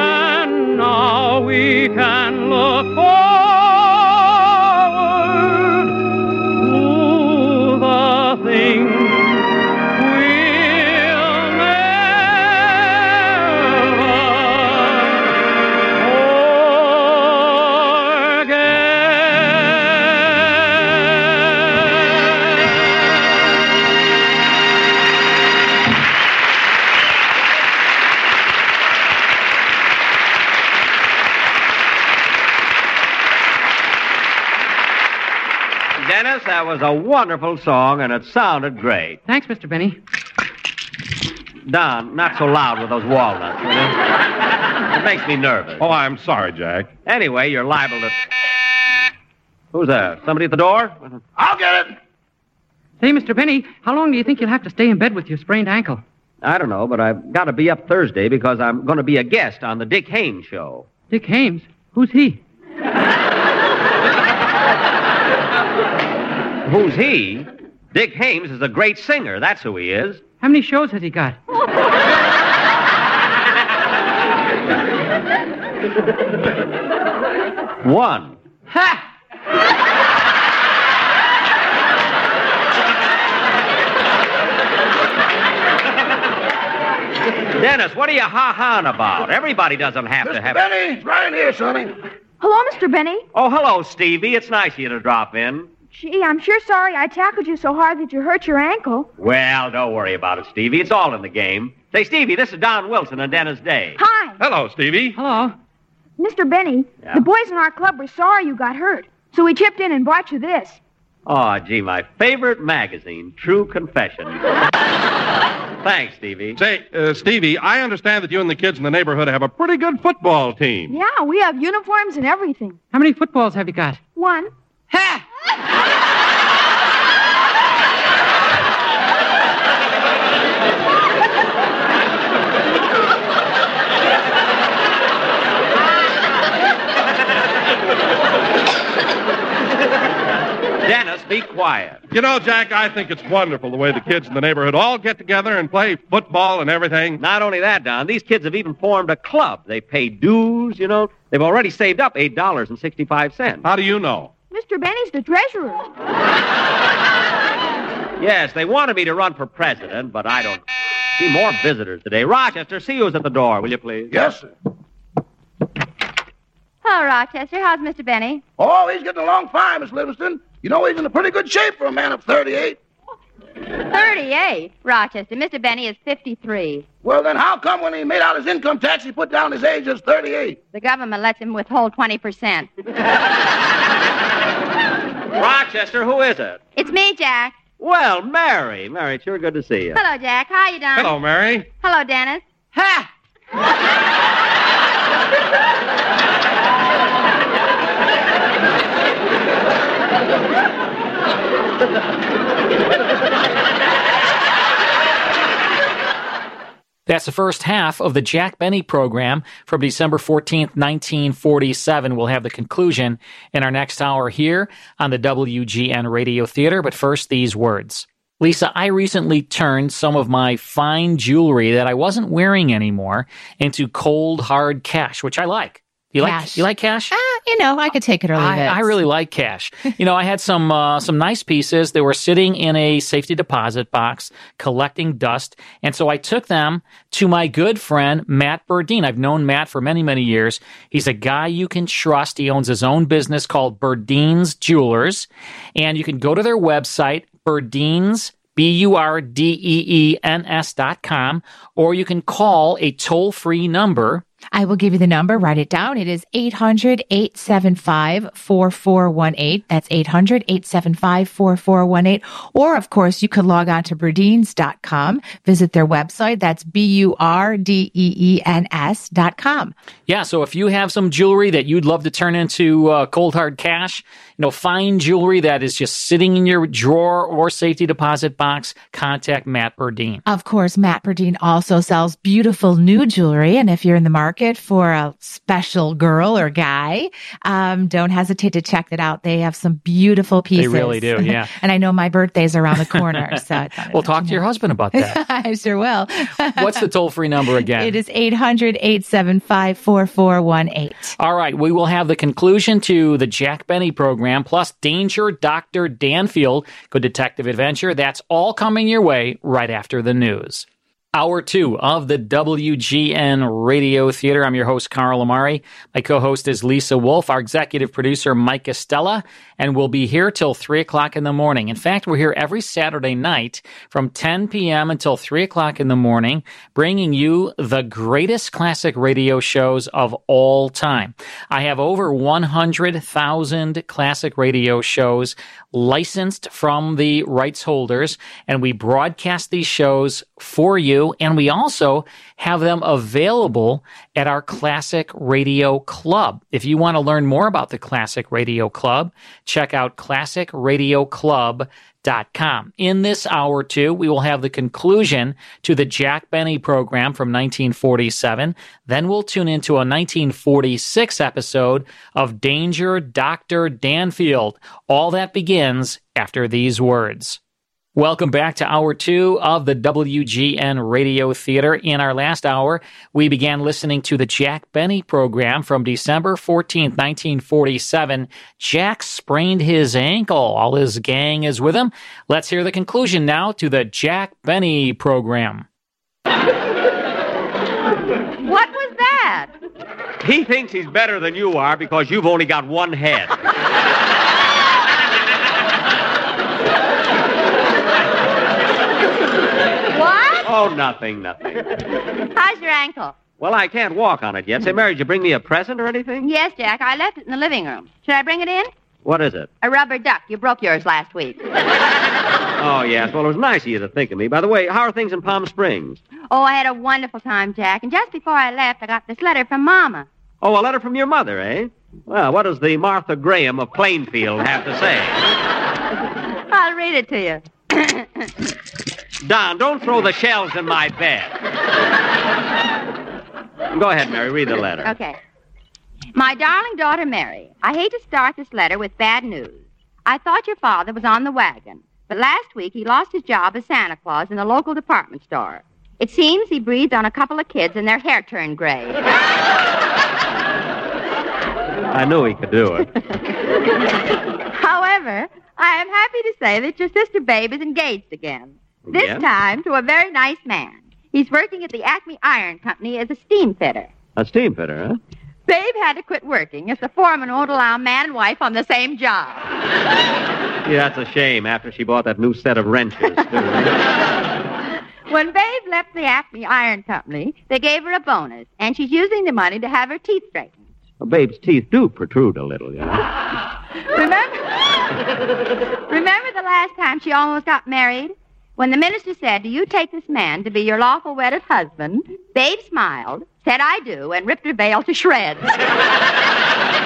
And now we can
Dennis, that was a wonderful song, and it sounded great.
Thanks, Mr. Benny.
Don, not so loud with those walnuts, you know? It makes me nervous. Oh, I'm sorry, Jack. Anyway, you're liable to. Who's that? Somebody at the door?
I'll get it. Say, Mr. Benny, how long do you think you'll have to stay in bed with your sprained ankle?
I don't know, but I've got to be up Thursday because I'm going to be a guest on the Dick Haynes show.
Dick Hames? Who's he?
Who's he? Dick Hames is a great singer. That's who he is.
How many shows has he got?
One.
Ha!
Dennis, what are you ha-haing about? Everybody doesn't have to have.
Benny, right here, sonny.
Hello, Mr. Benny.
Oh, hello, Stevie. It's nice of you to drop in.
Gee, I'm sure sorry I tackled you so hard that you hurt your ankle.
Well, don't worry about it, Stevie. It's all in the game. Say, Stevie, this is Don Wilson and Dennis Day.
Hi,
Hello, Stevie.
Hello.
Mr. Benny. The boys in our club were sorry you got hurt, so we chipped in and bought you this.
Oh, gee, my favorite magazine, True Confession.
Thanks, Stevie. Say, uh, Stevie, I understand that you and the kids in the neighborhood have a pretty good football team.
Yeah, we have uniforms and everything.
How many footballs have you got?
One.
Ha!
Dennis, be quiet.
You know, Jack, I think it's wonderful the way the kids in the neighborhood all get together and play football and everything.
Not only that, Don, these kids have even formed a club. They pay dues, you know. They've already saved up $8.65.
How do you know?
Mr. Benny's the treasurer.
Yes, they wanted me to run for president, but I don't. See more visitors today. Rochester, see who's at the door, will you please? Yes, sir.
Hello, Rochester. How's Mr. Benny?
Oh, he's getting along fine, Miss Livingston. You know, he's in a pretty good shape for a man of 38.
38. Rochester. Mr. Benny is 53.
Well, then how come when he made out his income tax, he put down his age as 38?
The government lets him withhold 20%.
Rochester, who is it?
It's me, Jack.
Well, Mary. Mary, it's sure good to see you.
Hello, Jack. How you doing?
Mary.
Hello, Dennis.
Ha!
That's the first half of the Jack Benny program from December 14th, 1947. We'll have the conclusion in our next hour here on the WGN Radio Theater. But first, these words. Lisa, I recently turned some of my fine jewelry that I wasn't wearing anymore into cold, hard cash, which I like. You like
Cash.
you like cash?
Ah, you know, I could take it or leave
I,
it.
I really like cash. You know, I had some uh, some nice pieces. They were sitting in a safety deposit box, collecting dust, and so I took them to my good friend Matt Burdine. I've known Matt for many many years. He's a guy you can trust. He owns his own business called Burdine's Jewelers, and you can go to their website, Burdine's B U R D E E N S dot com, or you can call a toll free number.
I will give you the number. Write it down. It is 800 875 4418. That's 800 875 4418. Or, of course, you could log on to Burdines.com, visit their website. That's B U R D E E N S.com.
Yeah, so if you have some jewelry that you'd love to turn into uh, cold hard cash, you know, fine jewelry that is just sitting in your drawer or safety deposit box, contact Matt Burdine.
Of course, Matt Burdine also sells beautiful new jewelry. And if you're in the market for a special girl or guy, um, don't hesitate to check it out. They have some beautiful pieces.
really do, yeah.
and I know my birthday's around the corner. So I thought
Well, talk to your husband about that.
I sure will.
What's the toll free number again?
It is 800 875 4418.
All right, we will have the conclusion to the Jack Benny program, plus Danger Dr. Danfield, Good Detective Adventure. That's all coming your way right after the news. Hour two of the WGN Radio Theater. I'm your host, Carl Amari. My co host is Lisa Wolf, our executive producer, Mike Estella, and we'll be here till 3 o'clock in the morning. In fact, we're here every Saturday night from 10 p.m. until 3 o'clock in the morning, bringing you the greatest classic radio shows of all time. I have over 100,000 classic radio shows licensed from the rights holders, and we broadcast these shows for you. And we also have them available at our Classic Radio Club. If you want to learn more about the Classic Radio Club, check out classicradioclub.com. In this hour, too, we will have the conclusion to the Jack Benny program from 1947. Then we'll tune into a 1946 episode of Danger Dr. Danfield. All that begins after these words. Welcome back to hour two of the WGN Radio Theater. In our last hour, we began listening to the Jack Benny program from December 14th, 1947. Jack sprained his ankle. All his gang is with him. Let's hear the conclusion now to the Jack Benny program.
What was that?
He thinks he's better than you are because you've only got one head.
What?
Oh, nothing, nothing.
How's your ankle?
Well, I can't walk on it yet. Say, Mary, did you bring me a present or anything?
Yes, Jack. I left it in the living room. Should I bring it in?
What is it?
A rubber duck. You broke yours last week.
Oh, yes. Well, it was nice of you to think of me. By the way, how are things in Palm Springs?
Oh, I had a wonderful time, Jack. And just before I left, I got this letter from Mama.
Oh, a letter from your mother, eh? Well, what does the Martha Graham of Plainfield have to say?
I'll read it to you.
Don, don't throw the shells in my bed. Go ahead, Mary. Read the letter.
Okay. My darling daughter Mary, I hate to start this letter with bad news. I thought your father was on the wagon, but last week he lost his job as Santa Claus in the local department store. It seems he breathed on a couple of kids and their hair turned gray.
I knew he could do it.
However, I am happy to say that your sister Babe is engaged again. This
Again?
time to a very nice man. He's working at the Acme Iron Company as a steam fitter.
A steam fitter, huh?
Babe had to quit working if the foreman won't allow man and wife on the same job.
Yeah, that's a shame after she bought that new set of wrenches.
When Babe left the Acme Iron Company, they gave her a bonus, and she's using the money to have her teeth straightened.
Well, babe's teeth do protrude a little, you know.
Remember the last time she almost got married? When the minister said, Do you take this man to be your lawful wedded husband? Babe smiled, said, I do, and ripped her veil to shreds.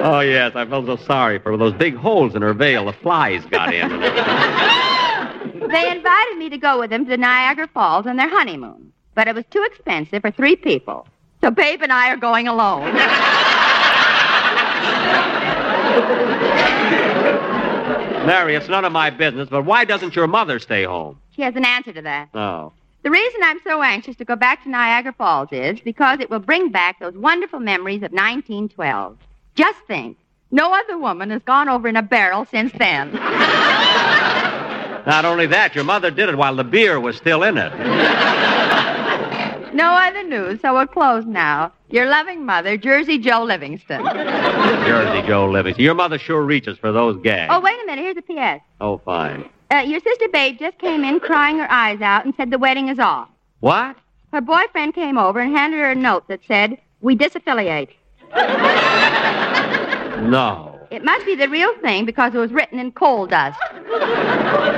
Oh, yes, I felt so sorry for her. Those big holes in her veil, the flies got in.
They invited me to go with them to Niagara Falls on their honeymoon, but it was too expensive for three people. So Babe and I are going alone.
Mary, it's none of my business, but why doesn't your mother stay home?
she has an answer to that.
Oh.
The reason I'm so anxious to go back to Niagara Falls is because it will bring back those wonderful memories of 1912. Just think, no other woman has gone over in a barrel since then.
Not only that, your mother did it while the beer was still in it.
No other news, so we'll close now. Your loving mother, Jersey Joe Livingston.
Jersey Joe Livingston. Your mother sure reaches for those gags.
Oh, wait a minute. Here's a P.S.
Oh, fine.
Uh, your sister Babe just came in crying her eyes out and said the wedding is off.
What?
Her boyfriend came over and handed her a note that said, We disaffiliate.
No.
It must be the real thing because it was written in coal dust.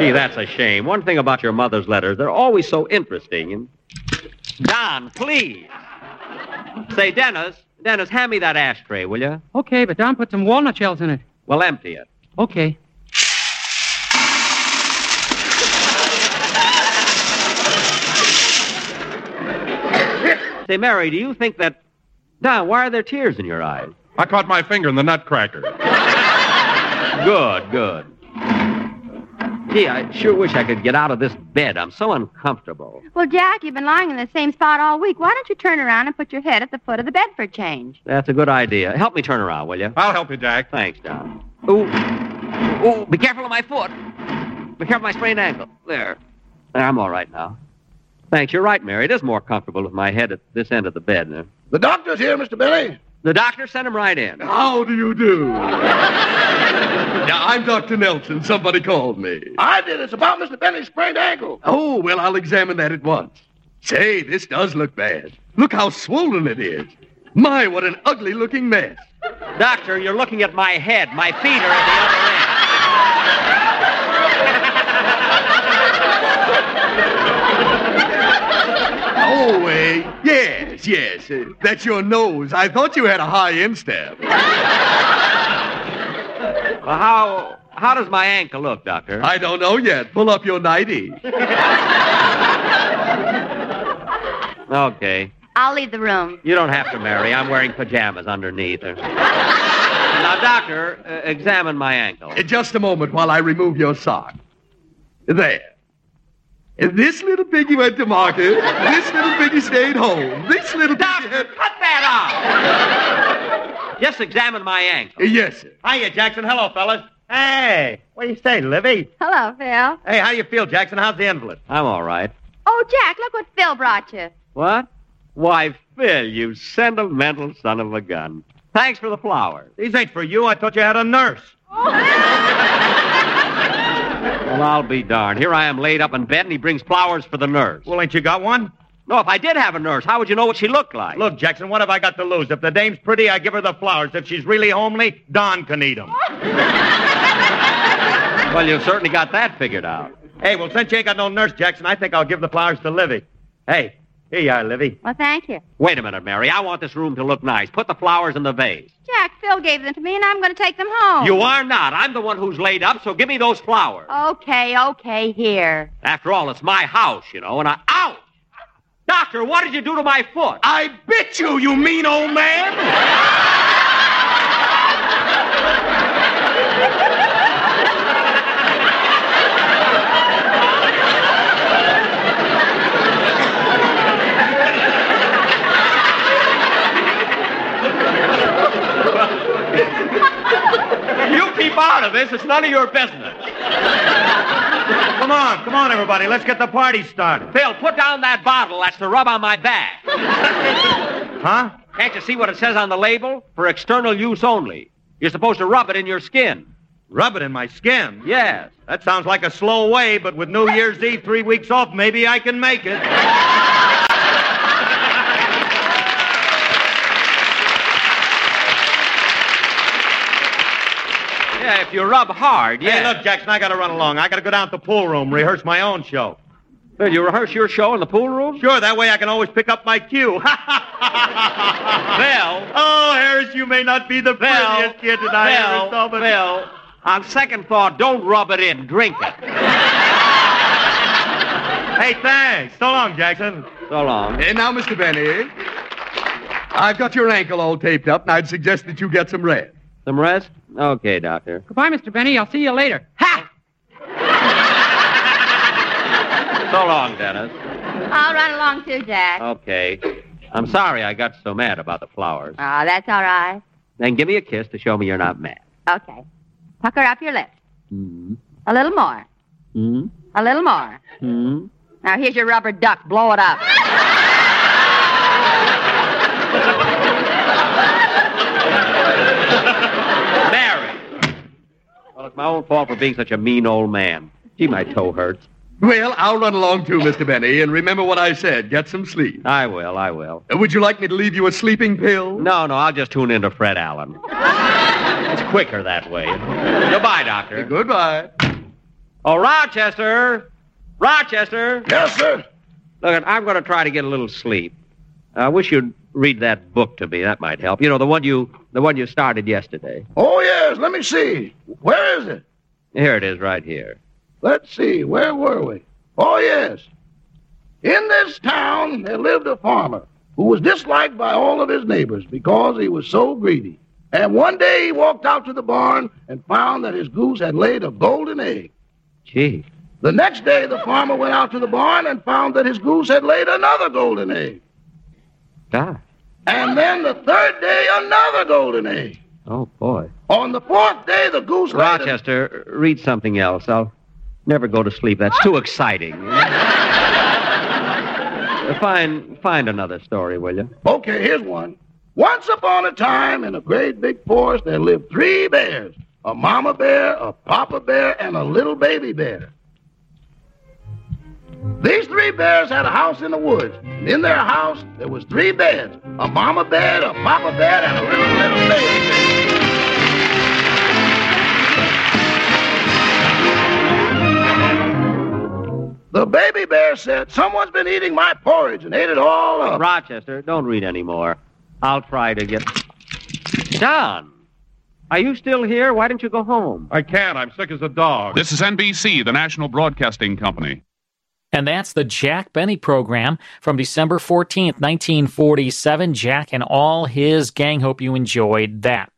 Gee, that's a shame. One thing about your mother's letters, they're always so interesting. And... Don, please. Say, Dennis, Dennis, hand me that ashtray, will you?
Okay, but Don put some walnut shells in it.
Well, empty it.
Okay.
Say, Mary, do you think that. Don, why are there tears in your eyes?
I caught my finger in the nutcracker.
Good, good. Gee, I sure wish I could get out of this bed. I'm so uncomfortable.
Well, Jack, you've been lying in the same spot all week. Why don't you turn around and put your head at the foot of the bed for a change?
That's a good idea. Help me turn around, will you?
I'll help you, Jack.
Thanks, Don. Ooh. Ooh, be careful of my foot. Be careful of my sprained ankle. There. There, I'm all right now. Thanks. You're right, Mary. It is more comfortable with my head at this end of the bed. Now.
The doctor's here, Mr. Benny. Oh,
The doctor sent him right in.
How do you do?
Yeah, I'm Dr. Nelson. Somebody called me.
I did. It's about Mr. Benny's sprained ankle.
Oh, well, I'll examine that at once. Say, this does look bad. Look how swollen it is. My, what an ugly looking mess.
Doctor, you're looking at my head. My feet are at
Oh, uh, yes, yes. uh, that's your nose. I thought you had a high instep.
the other end. Well, how how does my ankle look, Doctor?
I don't know yet. Pull up your nightie.
Okay.
I'll leave the room.
You don't have to, Mary. I'm wearing pajamas underneath. now, Doctor, uh, examine my ankle.
Uh, Just a moment while I remove your sock. There. Uh, This little piggy went to market. This little piggy stayed home. This little piggy had.
Cut that off! Just examine my ankle.
Uh, Yes, sir.
Hiya, Jackson. Hello, fellas. Hey, what do you say, Livy?
Hello, Phil.
Hey, how do you feel, Jackson? How's the invalid?
I'm all right.
Oh, Jack, look what Phil brought you.
What? Why, Phil, you sentimental son of a gun. Thanks for the flowers.
These ain't for you. I thought you had a nurse.
Well, I'll be darned. Here I am laid up in bed, and he brings flowers for the nurse.
Well, ain't you got one?
No, if I did have a nurse, how would you know what she looked like?
Look, Jackson, what have I got to lose? If the dame's pretty, I give her the flowers. If she's really homely, Don can eat 'em.
Well, you've certainly got that figured out.
Hey, well, since you ain't got no nurse, Jackson, I think I'll give the flowers to Livy. Hey, here you are, Livy.
Well, thank you.
Wait a minute, Mary. I want this room to look nice. Put the flowers in the vase.
Jack, Phil gave them to me, and I'm going to take them
Oh.
home.
You are not. I'm the one who's laid up, so give me those flowers.
Okay, okay, here.
After all, it's my house, you know, and I. Ouch! Doctor, what did you do to my foot?
I bit you, you mean old man!
You keep out of this. It's none of your business. Come on, come on, everybody. Let's get the party started.
Phil, put down that bottle. That's the rub on my back.
Huh?
Can't you see what it says on the label? For external use only. You're supposed to rub it in your skin.
Rub it in my skin?
Yes.
That sounds like a slow way, but with New Year's Eve three weeks off, maybe I can make it.
Yeah, if you rub hard, yeah.
Hey, look, Jackson, I gotta run along. I gotta go down to the pool room, rehearse my own show.
Phil, you rehearse your show in the pool room?
Sure, that way I can always pick up my cue.
Phil.
Oh, Harris, you may not be the prettiest kid that I ever saw, but
Phil, on second thought, don't rub it in. Drink it.
hey, thanks. So long, Jackson.
So long.
And now, Mr. Benny, I've got your ankle all taped up, and I'd suggest that you get some rest.
Some rest? Okay, doctor.
Goodbye, Mr. Benny. I'll see you later. Ha!
So long, Dennis.
I'll run along too, Jack.
Okay. I'm sorry I got so mad about the flowers.
Oh, that's all right.
Then give me a kiss to show me you're not mad.
Okay. Pucker up your lips.
Mm.
A little more.
Hmm?
Mm.
A little more.
Mm.
Now, here's your rubber duck. Blow it up.
Well, it's my own fault for being such a mean old man. Gee, my toe hurts.
Well, I'll run along too, Mr. Benny, and remember what I said. Get some sleep.
I will, I will.
Uh, Would you like me to leave you a sleeping pill?
No, no, I'll just tune in to Fred Allen. It's quicker that way. Goodbye, Doctor.
Goodbye.
Oh, Rochester! Rochester!
Yes, sir.
Look, I'm going to try to get a little sleep. I wish you'd read that book to me. That might help. You know, the one you the one you started yesterday.
Oh, yes. Let me see. Where is it?
Here it is right here.
Let's see. Where were we? Oh, yes. In this town, there lived a farmer who was disliked by all of his neighbors because he was so greedy. And one day he walked out to the barn and found that his goose had laid a golden egg.
Gee.
The next day, the farmer went out to the barn and found that his goose had laid another golden egg.
Ah.
God.
And then the third day, another golden egg.
Oh boy.
On the fourth day, the goose laid. a-
Rochester, read something else. I'll never go to sleep. That's too exciting. Find, find another story, will you?
Okay, here's one. Once upon a time, in a great big forest, there lived three bears a mama bear, a papa bear, and a little baby bear. These three bears had a house in the woods. And in their house, there was three beds a mama bear, a papa bear, and a little, little baby bear. The baby bear said, Someone's been eating my porridge and ate it all up.
Rochester, don't read anymore. I'll try to get. Don, are you still here? Why didn't you go home?
I can't. I'm sick as a dog. This is NBC, the National Broadcasting Company.
And that's the Jack Benny program from December 14th, 1947. Jack and all his gang hope you enjoyed that.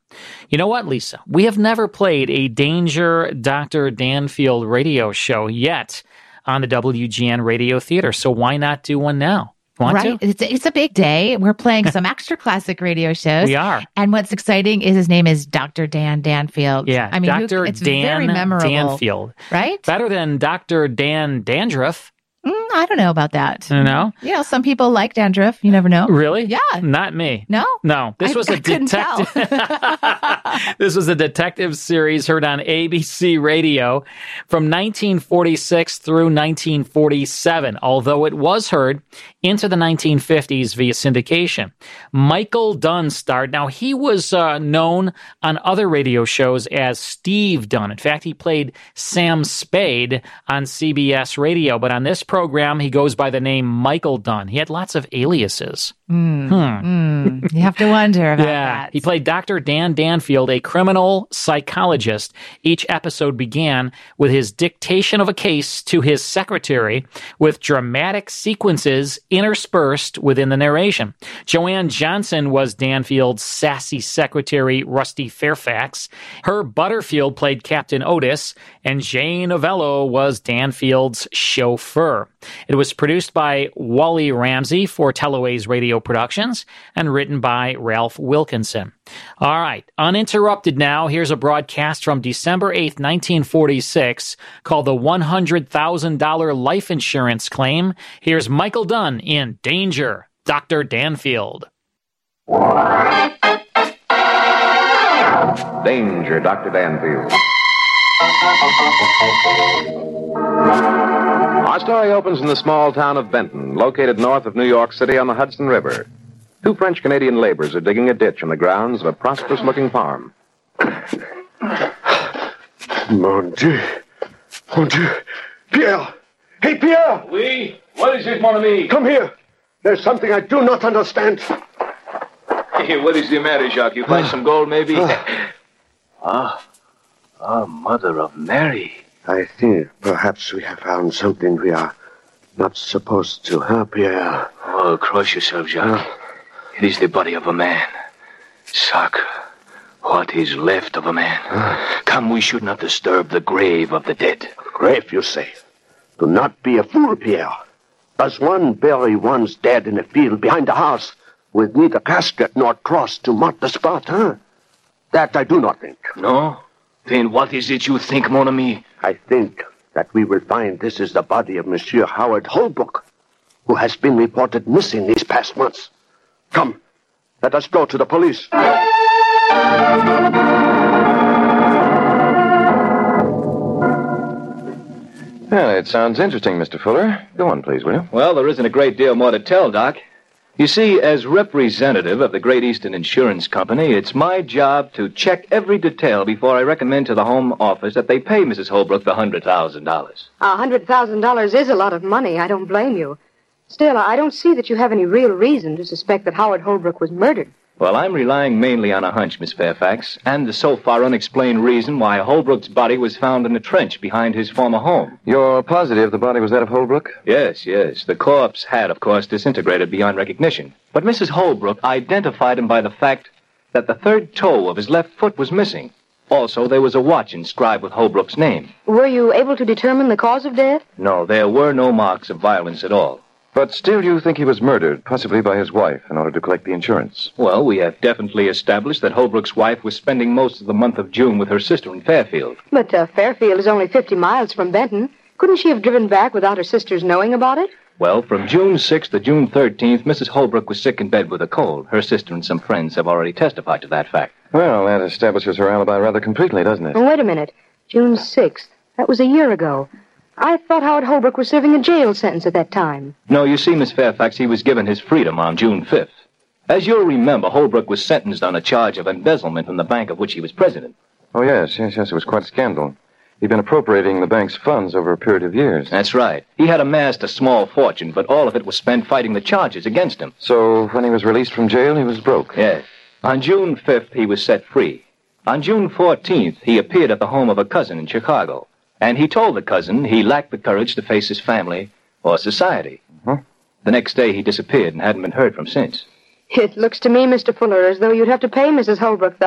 You know what, Lisa? We have never played a Danger Dr. Danfield radio show yet on the WGN Radio Theater. So why not do one now? Want
right?
to?
It's, it's a big day. We're playing some extra classic radio shows.
We are.
And what's exciting is his name is Dr. Dan Danfield.
Yeah,
I mean, who-
Dr.
it's
Dan
very memorable.
Danfield.
Right?
Better than Dr. Dan Dandruff.
Mm, I don't know about that.
You know?
You know, some people like dandruff. You never know.
Uh. Really?
Yeah.
Not me.
Uh, No?
No. This
I-
was a
I couldn't tell.
detective. this was a detective series heard on ABC radio from 1946 through 1947, although it was heard into the 1950s via syndication. Michael Dunn starred. Now, he was uh, known on other radio shows as Steve Dunn. In fact, he played Sam Spade on CBS radio, but on this program, he goes by the name Michael Dunn. He had lots of aliases.
Mm,
Hmm.
mm. You have to wonder about
Yeah.
that.
He played Dr. Dan Danfield, a criminal psychologist. Each episode began with his dictation of a case to his secretary with dramatic sequences interspersed within the narration. Joanne Johnson was Danfield's sassy secretary, Rusty Fairfax. Her Butterfield played Captain Otis, and Jane Avello was Danfield's chauffeur. It was produced by Wally Ramsey for Teleways Radio Productions and written by Ralph Wilkinson. All right, uninterrupted now, here's a broadcast from December 8th, 1946, called the $100,000 Life Insurance Claim. Here's Michael Dunn in Danger, Dr. Danfield.
Danger, Dr. Danfield. Our story opens in the small town of Benton, located north of New York City on the Hudson River. Two French Canadian laborers are digging a ditch in the grounds of a prosperous looking farm.
Mon Dieu. Mon Dieu. Pierre. Hey, Pierre.
Oui? What is it, mon ami?
Come here. There's something I do not understand.
Hey, what is the matter, Jacques? You find some gold, maybe?
Ah. Ah, Mother of Mary. I think perhaps we have found something we are not supposed to, huh, Pierre?
oh, cross yourself, Jacques. It is the body of a man. Jacques, what is left of a man? Come, we should not disturb the grave of the dead.
Grave, you say? Do not be a fool, Pierre. Does one bury one's dead in a field behind a house with neither casket nor cross to mark the spot, huh? That I do not think.
No? Then what is it you think, mon ami?
I think that we will find this is the body of Monsieur Howard Holbrook, who has been reported missing these past months. Come, let us go to the police.
Well, it sounds interesting, Mr. Fuller. Go on, please, will you?
Well, there isn't a great deal more to tell, Doc. You see, as representative of the Great Eastern Insurance Company, it's my job to check every detail before I recommend to the Home Office that they pay Mrs. Holbrook the hundred thousand dollars.
A hundred thousand dollars is a lot of money. I don't blame you. Still, I don't see that you have any real reason to suspect that Howard Holbrook was murdered.
Well, I'm relying mainly on a hunch, Miss Fairfax, and the so far unexplained reason why Holbrook's body was found in a trench behind his former home.
You're positive the body was that of Holbrook?
Yes, yes. The corpse had, of course, disintegrated beyond recognition. But Mrs. Holbrook identified him by the fact that the third toe of his left foot was missing. Also, there was a watch inscribed with Holbrook's name.
Were you able to determine the cause of death?
No, there were no marks of violence at all.
But still, you think he was murdered, possibly by his wife, in order to collect the insurance.
Well, we have definitely established that Holbrook's wife was spending most of the month of June with her sister in Fairfield.
But uh, Fairfield is only fifty miles from Benton. Couldn't she have driven back without her sister's knowing about it?
Well, from June 6th to June 13th, Mrs. Holbrook was sick in bed with a cold. Her sister and some friends have already testified to that fact.
Well, that establishes her alibi rather completely, doesn't it?
And wait a minute. June 6th. That was a year ago. I thought Howard Holbrook was serving a jail sentence at that time.
No, you see, Miss Fairfax, he was given his freedom on June 5th. As you'll remember, Holbrook was sentenced on a charge of embezzlement from the bank of which he was president.
Oh, yes, yes, yes. It was quite a scandal. He'd been appropriating the bank's funds over a period of years.
That's right. He had amassed a small fortune, but all of it was spent fighting the charges against him.
So when he was released from jail, he was broke.
Yes. On June 5th, he was set free. On June 14th, he appeared at the home of a cousin in Chicago, and he told the cousin he lacked the courage to face his family or society.
Mm-hmm.
The next day, he disappeared and hadn't been heard from since.
It looks to me, Mr. Fuller, as though you'd have to pay Mrs. Holbrook the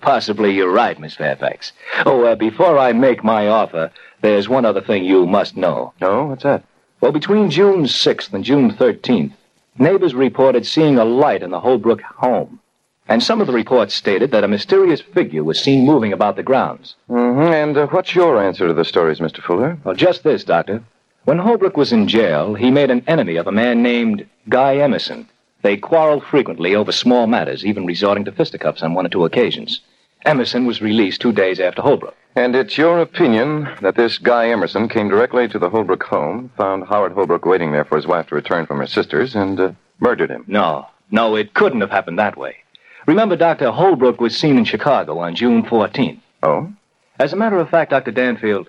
Possibly you're right, Miss Fairfax. Oh, uh, before I make my offer, there's one other thing you must know.
Oh, what's that?
Well, between June 6th and June 13th, neighbors reported seeing a light in the Holbrook home. And some of the reports stated that a mysterious figure was seen moving about the grounds.
hmm And uh, what's your answer to the stories, Mr. Fuller?
Well, just this, Doctor. When Holbrook was in jail, he made an enemy of a man named Guy Emerson. They quarreled frequently over small matters, even resorting to fisticuffs on one or two occasions. Emerson was released two days after Holbrook.
And it's your opinion that this guy Emerson came directly to the Holbrook home, found Howard Holbrook waiting there for his wife to return from her sister's, and uh, murdered him.
No, no, it couldn't have happened that way. Remember, Dr. Holbrook was seen in Chicago on June 14th.
Oh?
As a matter of fact, Dr. Danfield,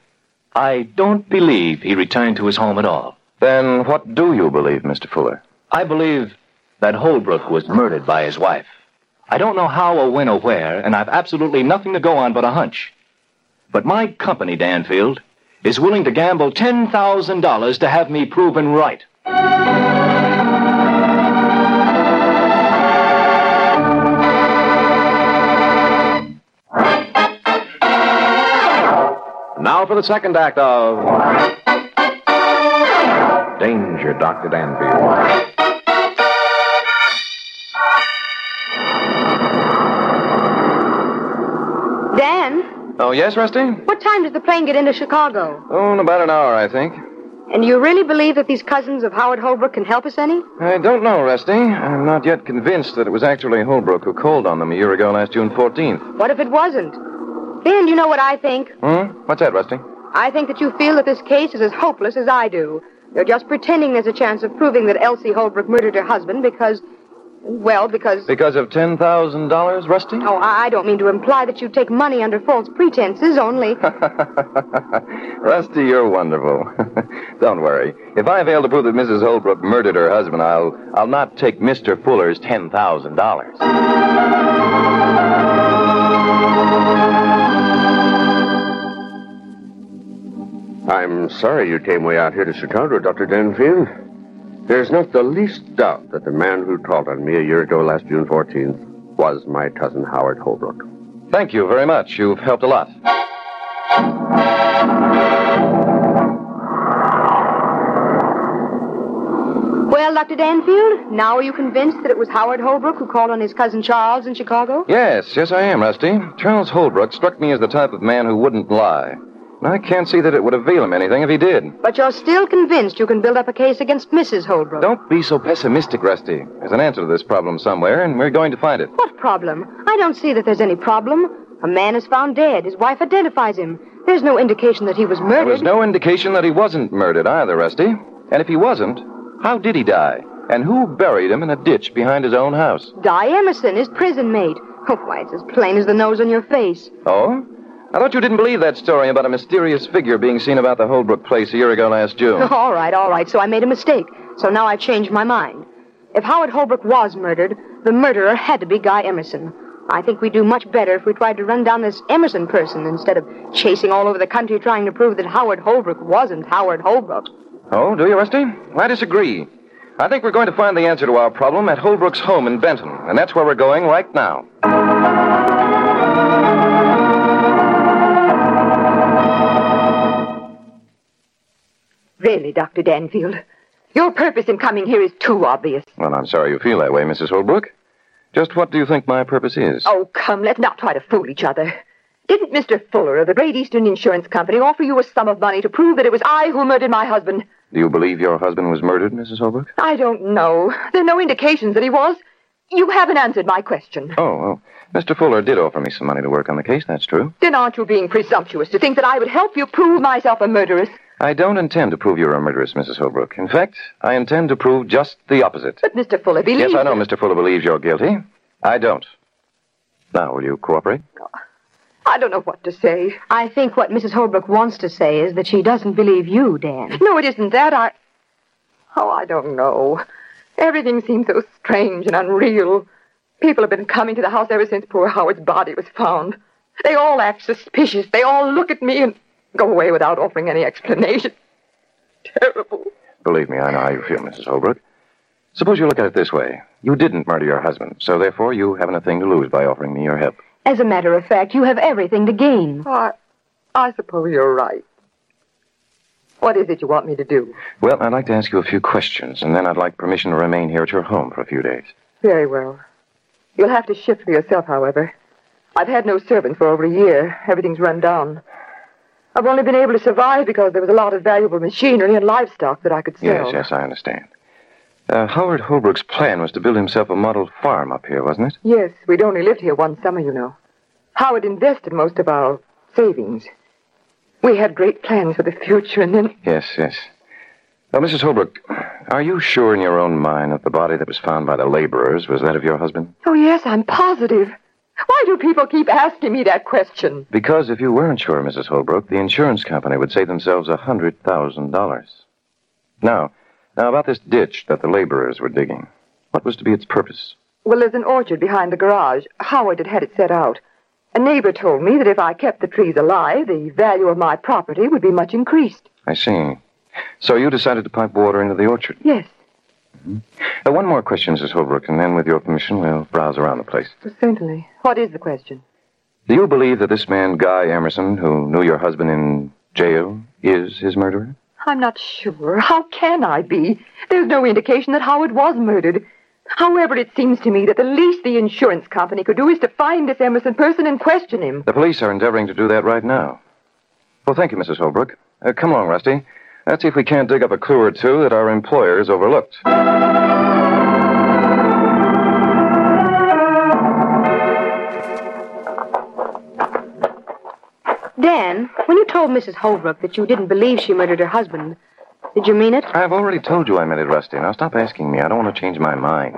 I don't believe he returned to his home at all.
Then what do you believe, Mr. Fuller?
I believe that Holbrook was murdered by his wife. I don't know how or when or where, and I've absolutely nothing to go on but a hunch. But my company, Danfield, is willing to gamble $10,000 to have me proven right.
Now for the second act of. Danger, Dr. Danfield.
Dan,
Oh, yes, Rusty?
what time does the plane get into Chicago?
Oh, in about an hour, I think.
And do you really believe that these cousins of Howard Holbrook can help us any?
I don't know, Rusty. I'm not yet convinced that it was actually Holbrook who called on them a year ago last June 14th.
What if it wasn't? Dan, you know what I think?
Hmm? What's that, Rusty?
I think that you feel that this case is as hopeless as I do. You're just pretending there's a chance of proving that Elsie Holbrook murdered her husband because, well, because.
Because of $10,000, Rusty?
Oh, I I don't mean to imply that you take money under false pretenses, only.
Rusty, you're wonderful. Don't worry. If I fail to prove that Mrs. Holbrook murdered her husband, I'll I'll not take Mr. Fuller's ten thousand dollars.
I'm sorry you came way out here to Chicago, Dr. Denfield. There's not the least doubt that the man who called on me a year ago last June 14th was my cousin Howard Holbrook.
Thank you very much. You've helped a lot.
Well, Dr. Danfield, now are you convinced that it was Howard Holbrook who called on his cousin Charles in Chicago?
Yes, yes, I am, Rusty. Charles Holbrook struck me as the type of man who wouldn't lie. And I can't see that it would avail him anything if he did.
But you're still convinced you can build up a case against Mrs. Holbrook.
Don't be so pessimistic, Rusty. There's an answer to this problem somewhere, and we're going to find it.
What problem? I don't see that there's any problem. A man is found dead. His wife identifies him. There's no indication that he was
There
murdered.
was no indication that he wasn't murdered either, Rusty. And if he wasn't, how did he die? And who buried him in a ditch behind his own house?
Di Emerson, his prison mate. Oh, why, it's as plain as the nose on your face.
Oh? I thought you didn't believe that story about a mysterious figure being seen about the Holbrook place a year ago last June.
All right, all right. So I made a mistake. So now I've changed my mind. If Howard Holbrook was murdered, the murderer had to be Guy Emerson. I think we'd do much better if we tried to run down this Emerson person instead of chasing all over the country trying to prove that Howard Holbrook wasn't Howard Holbrook.
Oh, do you, Rusty? I disagree. I think we're going to find the answer to our problem at Holbrook's home in Benton, and that's where we're going right now.
Really, Dr. Danfield, your purpose in coming here is too obvious.
Well, I'm sorry you feel that way, Mrs. Holbrook. Just what do you think my purpose is?
Oh, come, let's not try to fool each other.
Didn't Mr. Fuller of the Great Eastern Insurance Company offer you a sum of money to prove that it was I who murdered my husband?
Do you believe your husband was murdered, Mrs. Holbrook?
I don't know. There are no indications that he was. You haven't answered my question.
Oh, oh. Mr. Fuller did offer me some money to work on the case, that's true.
Then aren't you being presumptuous to think that I would help you prove myself a murderess?
I don't intend to prove you're a murderess, Mrs. Holbrook. In fact, I intend to prove just the opposite.
But Mr. Fuller believes.
Yes, I know Mr. Fuller believes you're guilty. I don't. Now, will you cooperate?
I don't know what to say.
I think what Mrs. Holbrook wants to say is that she doesn't believe you, Dan.
No, it isn't that. I. Oh, I don't know. Everything seems so strange and unreal. People have been coming to the house ever since poor Howard's body was found. They all act suspicious. They all look at me and go away without offering any explanation. Terrible.
Believe me, I know how you feel, Mrs. Holbrook. Suppose you look at it this way. You didn't murder your husband, so therefore you haven't a thing to lose by offering me your help.
As a matter of fact, you have everything to gain.
I, I suppose you're right. What is it you want me to do?
Well, I'd like to ask you a few questions, and then I'd like permission to remain here at your home for a few days.
Very well. You'll have to shift for yourself, however. I've had no servants for over a year. Everything's run down. I've only been able to survive because there was a lot of valuable machinery and livestock that I could sell.
Yes, yes, I understand. Uh, Howard Holbrook's plan was to build himself a model farm up here, wasn't it?
Yes, we'd only lived here one summer, you know. Howard invested most of our savings. We had great plans for the future, and then
Yes, yes. Now, Mrs. Holbrook, are you sure in your own mind that the body that was found by the laborers was that of your husband?
Oh, yes, I'm positive. Why do people keep asking me that question?
Because if you weren't sure, Mrs. Holbrook, the insurance company would save themselves a hundred thousand dollars. Now, now about this ditch that the laborers were digging. What was to be its purpose?
Well, there's an orchard behind the garage. Howard had had it set out. A neighbor told me that if I kept the trees alive, the value of my property would be much increased.
I see. So you decided to pipe water into the orchard.
Yes.
Now, one more question, Mrs. Holbrook, and then, with your permission, we'll browse around the place.
Certainly. What is the question?
Do you believe that this man, Guy Emerson, who knew your husband in jail, is his murderer?
I'm not sure. How can I be? There's no indication that Howard was murdered. However, it seems to me that the least the insurance company could do is to find this Emerson person and question him.
The police are endeavoring to do that right now. Well, thank you, Mrs. Holbrook. Uh, come along, Rusty. Let's see if we can't dig up a clue or two that our employer has overlooked.
Dan, when you told Mrs. Holbrook that you didn't believe she murdered her husband, did you mean it?
I've already told you I meant it, Rusty. Now stop asking me. I don't want to change my mind.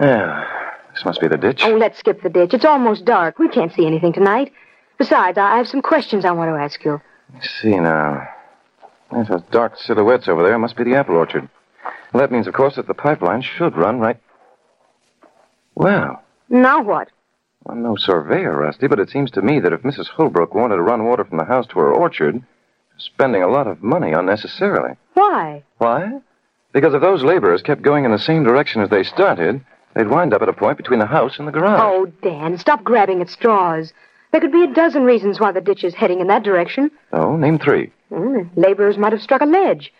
Yeah, this must be the ditch.
Oh, let's skip the ditch. It's almost dark. We can't see anything tonight. Besides, I I have some questions I want to ask you.
Let's see now. There's those dark silhouettes over there. It must be the apple orchard. Well, that means, of course, that the pipeline should run right. Well,
Now what?
I'm no surveyor, Rusty, but it seems to me that if Mrs. Holbrook wanted to run water from the house to her orchard, spending a lot of money unnecessarily.
Why?
Why? Because if those laborers kept going in the same direction as they started, they'd wind up at a point between the house and the garage.
Oh, Dan, stop grabbing at straws. There could be a dozen reasons why the ditch is heading in that direction.
Oh, name three.
Mm, laborers might have struck a ledge.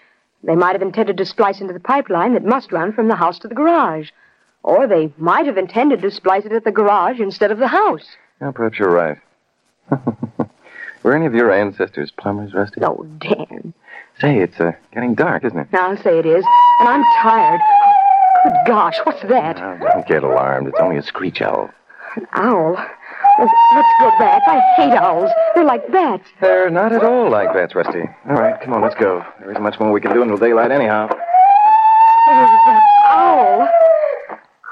They might have intended to splice into the pipeline that must run from the house to the garage. Or they might have intended to splice it at the garage instead of the house.
Yeah, perhaps you're right. Were any of your ancestors plumbers, Rusty?
No, Dan.
Say, it's uh, getting dark, isn't it?
Now, I'll say it is, and I'm tired. Good gosh, what's that?
Now, don't get alarmed. It's only a screech owl.
An owl. Oh, Let's go back. I hate owls. They're like bats.
They're not at all like bats, Rusty. All right, come on, let's go. There isn't much more we can do until daylight, anyhow.
There's that owl.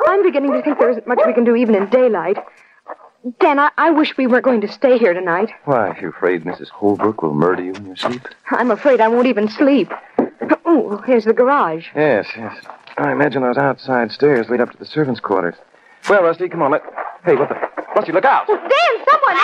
I'm beginning to think there isn't much we can do even in daylight. Dan, I, I wish we weren't going to stay here tonight.
Why, are you afraid Mrs. Holbrook will murder you in your sleep?
I'm afraid I won't even sleep. Oh, here's the garage.
Yes, yes. I imagine those outside stairs lead up to the servants' quarters. Well, Rusty, come on, let. Hey, what the? Rusty, look out!
Dan, someone!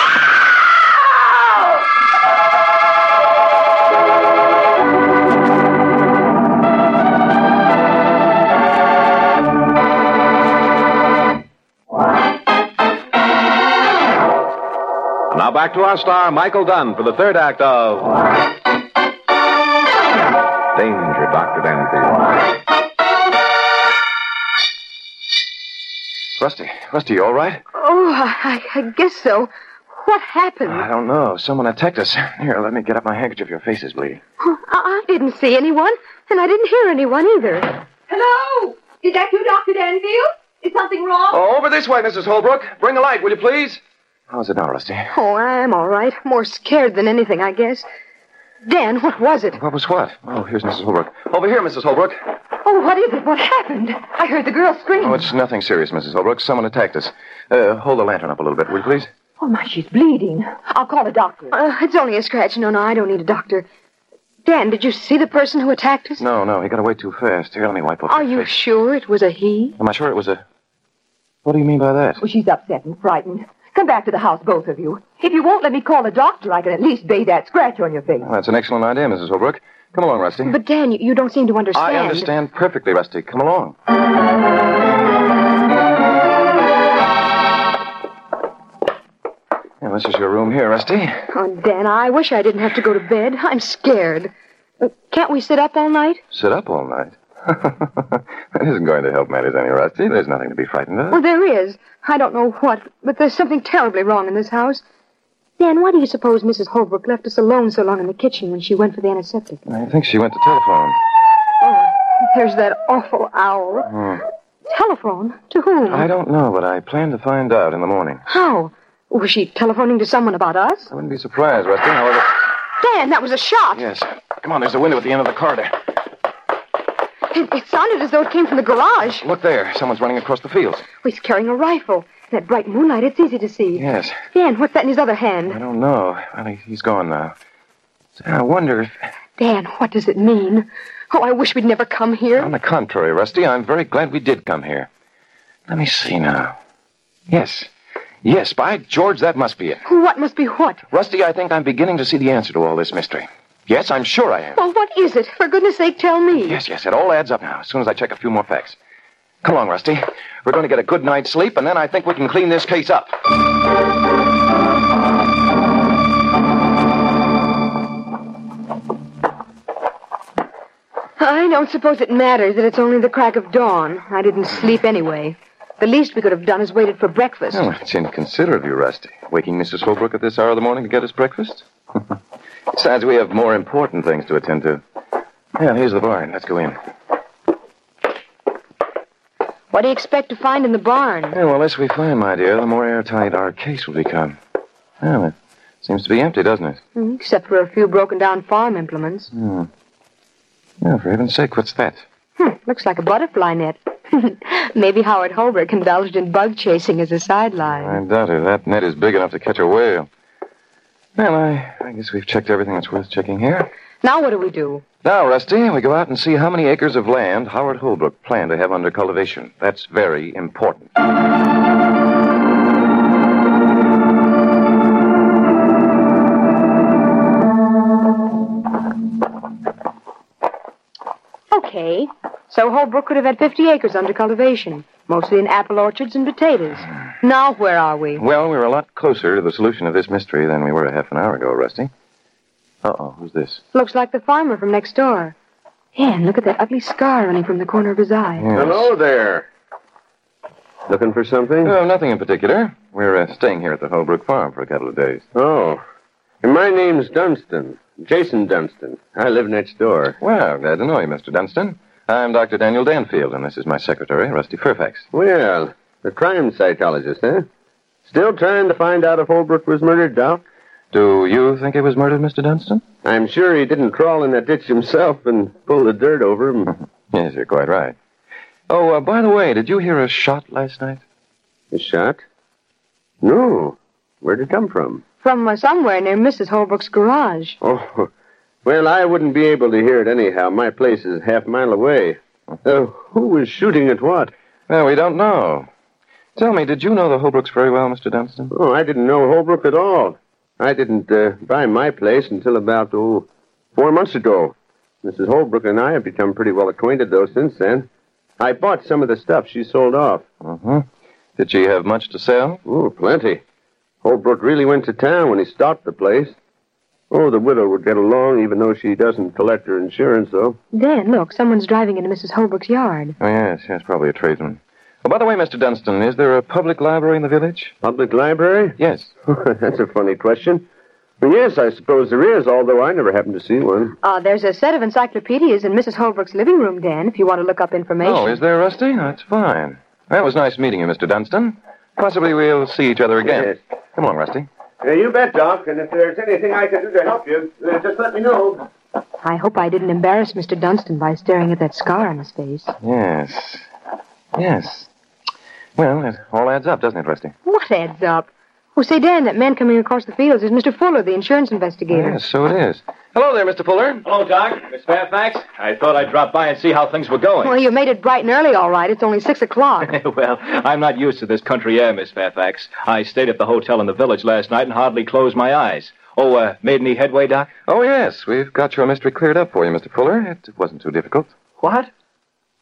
Now back to our star, Michael Dunn, for the third act of. Danger, Dr. Danfield.
Rusty, Rusty, you all right?
Oh, I, I guess so. What happened?
I don't know. Someone attacked us. Here, let me get up my handkerchief. Your face is bleeding.
Oh, I I didn't see anyone, and I didn't hear anyone either.
Hello? Is that you, Dr. Danfield? Is Oh, something wrong?
Oh, over this way, Mrs. Holbrook. Bring a light, will you please? How's it now, Rusty?
Oh, I'm all right. More scared than anything, I guess. Dan, what was it?
What was what? Oh, here's Mrs. Holbrook. Over here, Mrs. Holbrook.
Oh, what is it? What happened? I heard the girl scream.
Oh, it's nothing serious, Mrs. Holbrook. Someone attacked us. Uh, hold the lantern up a little bit, will you please?
Oh, my, she's bleeding. I'll call a doctor. Uh, it's only a scratch. No, no, I don't need a doctor. Dan, did you see the person who attacked us?
No, no, he got away too fast. Here, let me wipe off.
Are you sure it was a he?
Am I sure it was a. What do you mean by that?
Well, she's upset and frightened. Come back to the house, both of you. If you won't let me call a doctor, I can at least bathe that scratch on your face.
Well, that's an excellent idea, Mrs. Holbrook. Come along, Rusty.
But, Dan, you, you don't seem to understand.
I understand perfectly, Rusty. Come along. Yeah, this is your room here, Rusty.
Oh, Dan, I wish I didn't have to go to bed. I'm scared. Uh, Can't we sit up all night?
Sit up all night. that isn't going to help matters any, Rusty. There's nothing to be frightened of.
Well, there is. I don't know what, but there's something terribly wrong in this house. Dan, why do you suppose Mrs. Holbrook left us alone so long in the kitchen when she went for the antiseptic?
I think she went to telephone.
There's that awful owl.
Hmm.
Telephone? To whom?
I don't know, but I plan to find out in the morning.
How? Was she telephoning to someone about us?
I wouldn't be surprised, Rusty. However,
Dan, that was a shot.
yes. Come on, there's a window at the end of the corridor.
It, it sounded as though it came from the garage.
Look there. Someone's running across the fields.
He's carrying a rifle. In that bright moonlight, it's easy to see.
Yes.
Dan, what's that in his other hand?
I don't know. Well, he, he's gone now. I wonder if.
Dan, what does it mean? Oh, I wish we'd never come here.
On the contrary, Rusty, I'm very glad we did come here. Let me see now. Yes. Yes, by George, that must be it.
What must be what?
Rusty, I think I'm beginning to see the answer to all this mystery. Yes, I'm sure I am.
Well, what is it? For goodness sake, tell me.
Yes, yes, it all adds up now, as soon as I check a few more facts. Come along, Rusty. We're going to get a good night's sleep, and then I think we can clean this case up.
I don't suppose it matters that it's only the crack of dawn. I didn't sleep anyway. The least we could have done is waited for breakfast.
Oh, it's inconsiderate of you, Rusty, waking Mrs. Holbrook at this hour of the morning to get us breakfast. Besides, we have more important things to attend to. Yeah, here's the barn. Let's go in.
What do you expect to find in the barn?
Yeah, well, less we find, my dear, the more airtight our case will become. Well, it seems to be empty, doesn't it?
Hmm, Except for a few broken down farm implements.
Hmm. Yeah, for heaven's sake, what's that?
Hmm, looks like a butterfly net. Maybe Howard Holbrook indulged in bug chasing as a sideline.
I doubt it. That net is big enough to catch a whale. Well, I, I guess we've checked everything that's worth checking here.
Now what do we do?
Now, Rusty, we go out and see how many acres of land Howard Holbrook planned to have under cultivation. That's very important.
Okay. So Holbrook could have had 50 acres under cultivation, mostly in apple orchards and potatoes. Now where are we?
Well, we're a lot closer to the solution of this mystery than we were a half an hour ago, Rusty. Uh oh, who's this?
Looks like the farmer from next door. Yeah, and look at that ugly scar running from the corner of his eye.
Hello there. Looking for something? No, nothing in particular. We're uh, staying here at the Holbrook Farm for a couple of days.
Oh. And my name's Dunstan. Jason Dunstan. I live next door.
Well, glad to know you, Mr. Dunstan. I'm Dr. Daniel Danfield, and this is my secretary, Rusty Fairfax.
Well, the crime psychologist, huh? Still trying to find out if Holbrook was murdered, Doc?
Do you think he was murdered, Mr. Dunstan?
I'm sure he didn't crawl in that ditch himself and pull the dirt over him.
yes, you're quite right. Oh, uh, by the way, did you hear a shot last night?
A shot? No. Where'd it come from?
From uh, somewhere near Mrs. Holbrook's garage.
Oh, well, I wouldn't be able to hear it anyhow. My place is half a mile away. Uh, who was shooting at what?
Well, we don't know. Tell me, did you know the Holbrooks very well, Mr. Dunstan?
Oh, I didn't know Holbrook at all. I didn't uh, buy my place until about, oh, four months ago. Mrs. Holbrook and I have become pretty well acquainted, though, since then. I bought some of the stuff she sold off.
Mm-hmm. Did she have much to sell?
Oh, plenty. Holbrook really went to town when he stopped the place. Oh, the widow would get along, even though she doesn't collect her insurance, though.
Dan, look, someone's driving into Mrs. Holbrook's yard.
Oh, yes, yes, probably a tradesman. Oh, by the way, Mr. Dunstan, is there a public library in the village?
Public library?
Yes.
That's a funny question. Well, yes, I suppose there is, although I never happened to see one.
Uh, there's a set of encyclopedias in Mrs. Holbrook's living room, Dan, if you want to look up information.
Oh, is there, Rusty? That's fine. That was nice meeting you, Mr. Dunstan. Possibly we'll see each other again. Come along, Rusty.
Yeah, you bet, Doc. And if there's anything I can do to help you, uh, just let me know.
I hope I didn't embarrass Mr. Dunstan by staring at that scar on his face.
Yes. Yes. Well, it all adds up, doesn't it, Rusty?
What adds up? Oh, say, Dan, that man coming across the fields is Mr. Fuller, the insurance investigator.
Yes, so it is.
Hello there, Mr. Fuller. Hello, Doc. Miss Fairfax. I thought I'd drop by and see how things were going.
Well, you made it bright and early, all right. It's only six o'clock.
well, I'm not used to this country air, Miss Fairfax. I stayed at the hotel in the village last night and hardly closed my eyes. Oh, uh, made any headway, Doc?
Oh, yes. We've got your mystery cleared up for you, Mr. Fuller. It wasn't too difficult.
What?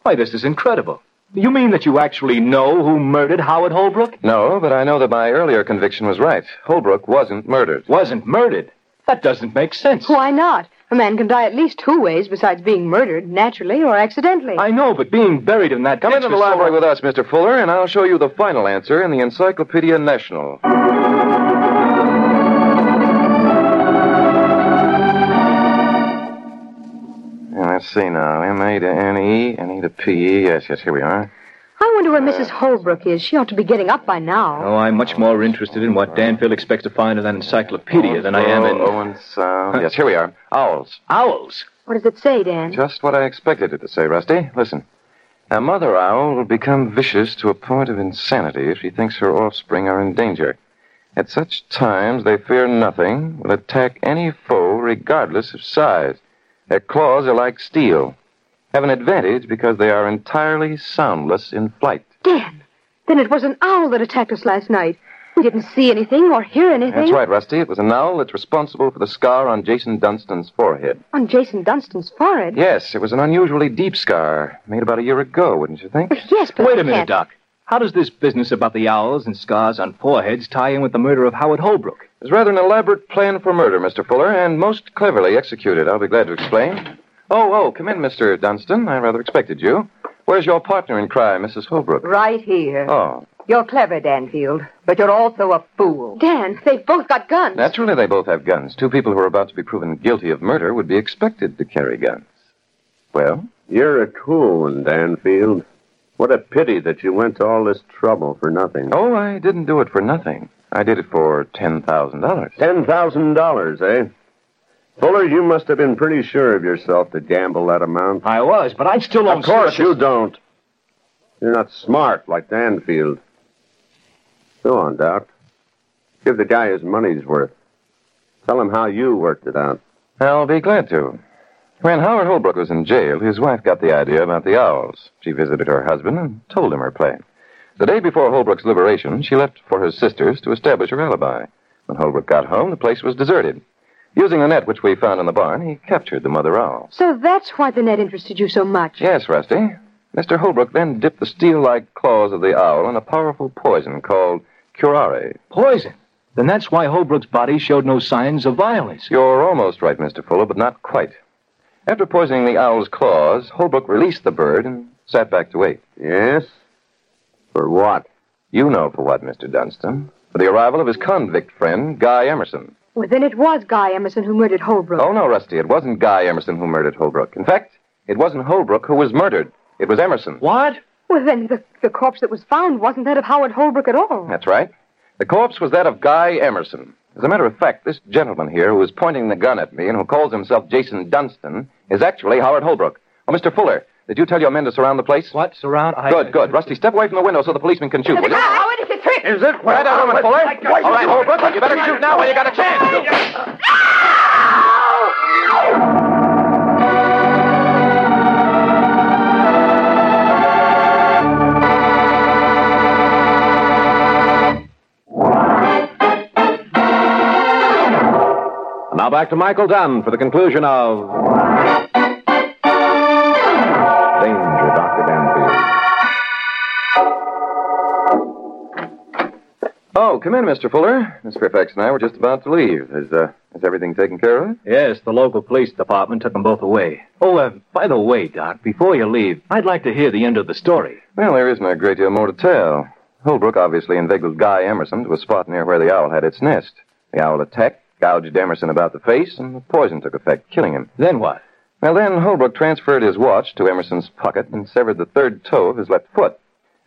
Why, this is incredible. You mean that you actually
Oh,
know who murdered Howard Holbrook?
No, but I know that my earlier conviction was right. Holbrook wasn't murdered.
Wasn't murdered? That doesn't make sense.
Why not? A man can die at least two ways besides being murdered, naturally or accidentally.
I know, but being buried in that
Come into the library with us, Mr. Fuller, and I'll show you the final answer in the Encyclopedia National. Yeah, let's see now. M A to N E, N E to P E. Yes, yes, here we are.
I wonder
Uh.
where Mrs. Holbrook is. She ought to be getting up by now.
Oh, I'm much more interested in what Danfield expects to find in that encyclopedia E than I am in.
Oh, Owen Sound. Yes, here we are. Oh. Owls.
Owls?
What does it say, Dan?
Just what I expected it to say, Rusty. Listen. A mother owl will become vicious to a point of insanity if she thinks her offspring are in danger. At such times, they fear nothing, will attack any foe regardless of size. Their claws are like steel, have an advantage because they are entirely soundless in flight.
Dan, then it was an owl that attacked us last night. We didn't see anything or hear anything.
That's right, Rusty. It was an owl that's responsible for the scar on Jason Dunstan's forehead.
On Jason Dunstan's forehead?
Yes, it was an unusually deep scar, made about a year ago, wouldn't you think?
Yes, but
Wait
I
a minute,
can't-
Doc. How does this business about the owls and scars on foreheads tie in with the murder of Howard Holbrook?
It was rather an elaborate plan for murder, Mr. Fuller, and most cleverly executed. I'll be glad to explain. Oh, oh, come in, Mr. Dunstan. I rather expected you. Where's your partner in crime, Mrs. Holbrook?
Right here.
Oh,
You're clever, Danfield, but you're also a fool.
Dan, they've both got guns.
naturally they both have guns. Two people who are about to be proven guilty of murder would be expected to carry guns. Well?
You're a cool one, Danfield. What a pity that you went to all this trouble for nothing.
Oh, I didn't do it for nothing. I did it for $10,000.
$10,000, eh? Fuller, you must have been pretty sure of yourself to gamble that amount.
I was, but I still don't.
Of course
see what
you
this-
don't. You're not smart like Danfield. Go on, Doc. Give the guy his money's worth. Tell him how you worked it out.
I'll be glad to. When Howard Holbrook was in jail, his wife got the idea about the owls. She visited her husband and told him her plan. The day before Holbrook's liberation, she left for her sister's to establish her alibi. When Holbrook got home, the place was deserted. Using the net which we found in the barn, he captured the mother owl.
So that's why the net interested you so much.
Yes, Rusty. Mr. Holbrook then dipped the steel like claws of the owl in a powerful poison called curare.
Poison. Then that's why Holbrook's body showed no signs of violence.
You're almost right, Mr. Fuller, but not quite. After poisoning the owl's claws, Holbrook released the bird and sat back to wait.
Yes? For what?
You know for what, Mr. Dunstan. For the arrival of his convict friend, Guy Emerson.
Well, then it was Guy Emerson who murdered Holbrook.
Oh, no, Rusty, it wasn't Guy Emerson who murdered Holbrook. In fact, it wasn't Holbrook who was murdered. It was Emerson.
What?
Well, then the, the corpse that was found wasn't that of Howard Holbrook at all.
That's right. The corpse was that of Guy Emerson. As a matter of fact, this gentleman here who is pointing the gun at me and who calls himself Jason Dunstan is actually Howard Holbrook. Oh, Mr. Fuller, did you tell your men to surround the place?
What? Surround? I...
Good, good. Rusty, step away from the window so the policeman can shoot, will you?
Howard, it's a trick.
Is it?
Right down, Mr. Fuller. All right, Holbrook, you better shoot now while you got a chance. And now back to Michael Dunn for the conclusion of Danger, Dr. Danfield. Oh, Come in, Mr. Fuller. Miss Fairfax and I were just about to leave. Is, uh, is everything taken care of?
Yes, the local police department took them both away. Oh, uh, by the way, Doc, before you leave, I'd like to hear the end of the story.
Well, there isn't a great deal more to tell. Holbrook obviously inveigled Guy Emerson to a spot near where the owl had its nest. The owl attacked, gouged Emerson about the face, and the poison took effect, killing him.
Then what?
Well, then Holbrook transferred his watch to Emerson's pocket and severed the third toe of his left foot.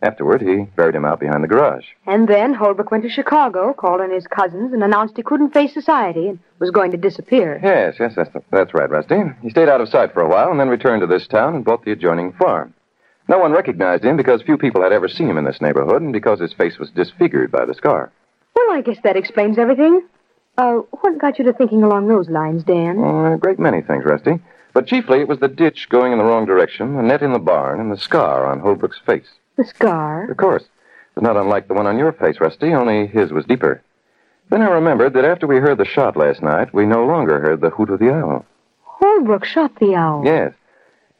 Afterward, he buried him out behind the garage.
And then Holbrook went to Chicago, called on his cousins, and announced he couldn't face society and was going to disappear.
Yes, yes, that's, that's right, Rusty. He stayed out of sight for a while and then returned to this town and bought the adjoining farm. No one recognized him because few people had ever seen him in this neighborhood and because his face was disfigured by the scar.
Well, I guess that explains everything. Uh, what got you to thinking along those lines, Dan?
Oh, a great many things, Rusty. But chiefly it was the ditch going in the wrong direction, the net in the barn, and the scar on Holbrook's face.
The scar.
Of course. It's not unlike the one on your face, Rusty, only his was deeper. Then I remembered that after we heard the shot last night, we no longer heard the hoot of the owl.
Holbrook shot the owl.
Yes.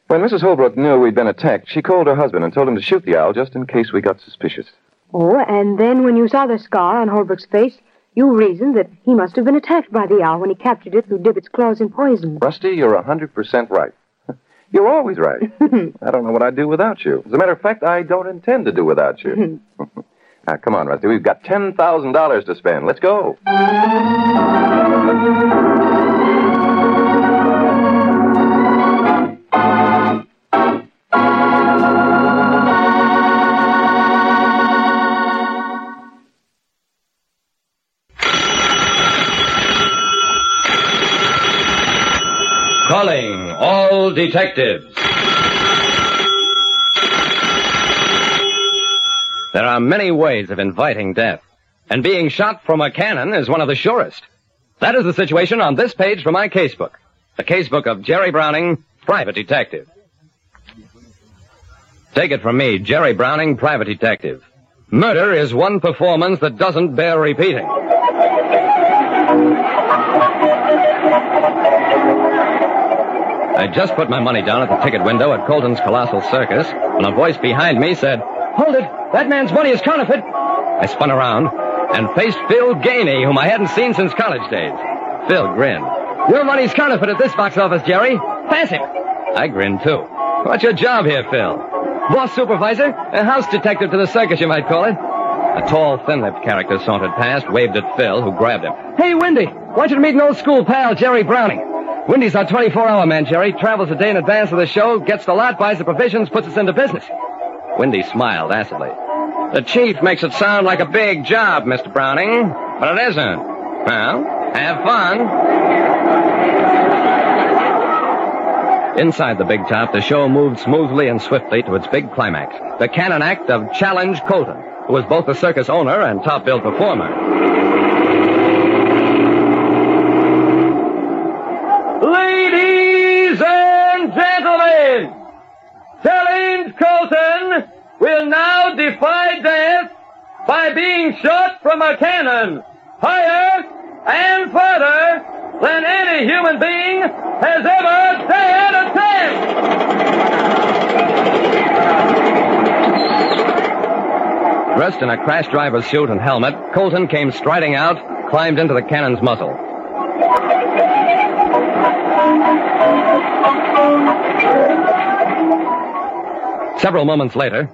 When Mrs. Holbrook knew we'd been attacked, she called her husband and told him to shoot the owl just in case we got suspicious.
Oh, and then when you saw the scar on Holbrook's face, you reasoned that he must have been attacked by the owl when he captured it through Dibbet's claws and poison.
Rusty, you're a 100% right. You're always right. I don't know what I'd do without you. As a matter of fact, I don't intend to do without you. now, come on, Rusty. We've got $10,000 to spend. Let's go.
Calling all detectives.
There are many ways of inviting death, and being shot from a cannon is one of the surest. That is the situation on this page from my casebook. The casebook of Jerry Browning, private detective. Take it from me, Jerry Browning, private detective. Murder is one performance that doesn't bear repeating. I just put my money down at the ticket window at Colton's Colossal Circus when a voice behind me said, Hold it! That man's money is counterfeit! I spun around and faced Phil Gainey, whom I hadn't seen since college days. Phil grinned. Your money's counterfeit at this box office, Jerry. Pass him. I grinned too. What's your job here, Phil? Boss supervisor? A house detective to the circus, you might call it. A tall, thin-lipped character sauntered past, waved at Phil, who grabbed him. Hey, Wendy! Want you to meet an old school pal, Jerry Browning. Wendy's our 24-hour man, Jerry. Travels a day in advance of the show, gets the lot, buys the provisions, puts us into business. Wendy smiled acidly. The chief makes it sound like a big job, Mr. Browning, but it isn't. Well, have fun. Inside the big top, the show moved smoothly and swiftly to its big climax. The canon act of Challenge Colton, who was both the circus owner and top billed performer.
Ladies and gentlemen, Challenge Colton will now defy death by being shot from a cannon higher and further than any human being has ever dared
Dressed in a crash driver suit and helmet, Colton came striding out, climbed into the cannon's muzzle. Several moments later,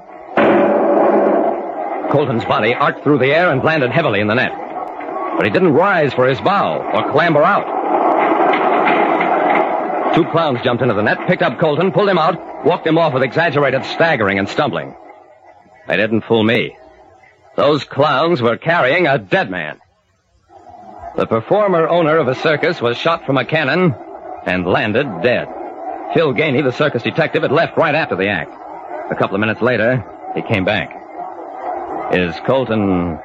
Colton's body arced through the air and landed heavily in the net. But he didn't rise for his bow or clamber out. Two clowns jumped into the net, picked up Colton, pulled him out, walked him off with exaggerated staggering and stumbling. They didn't fool me. Those clowns were carrying a dead man. The performer owner of a circus was shot from a cannon and landed dead. Phil Gainey, the circus detective, had left right after the act. A couple of minutes later, he came back. Is Colton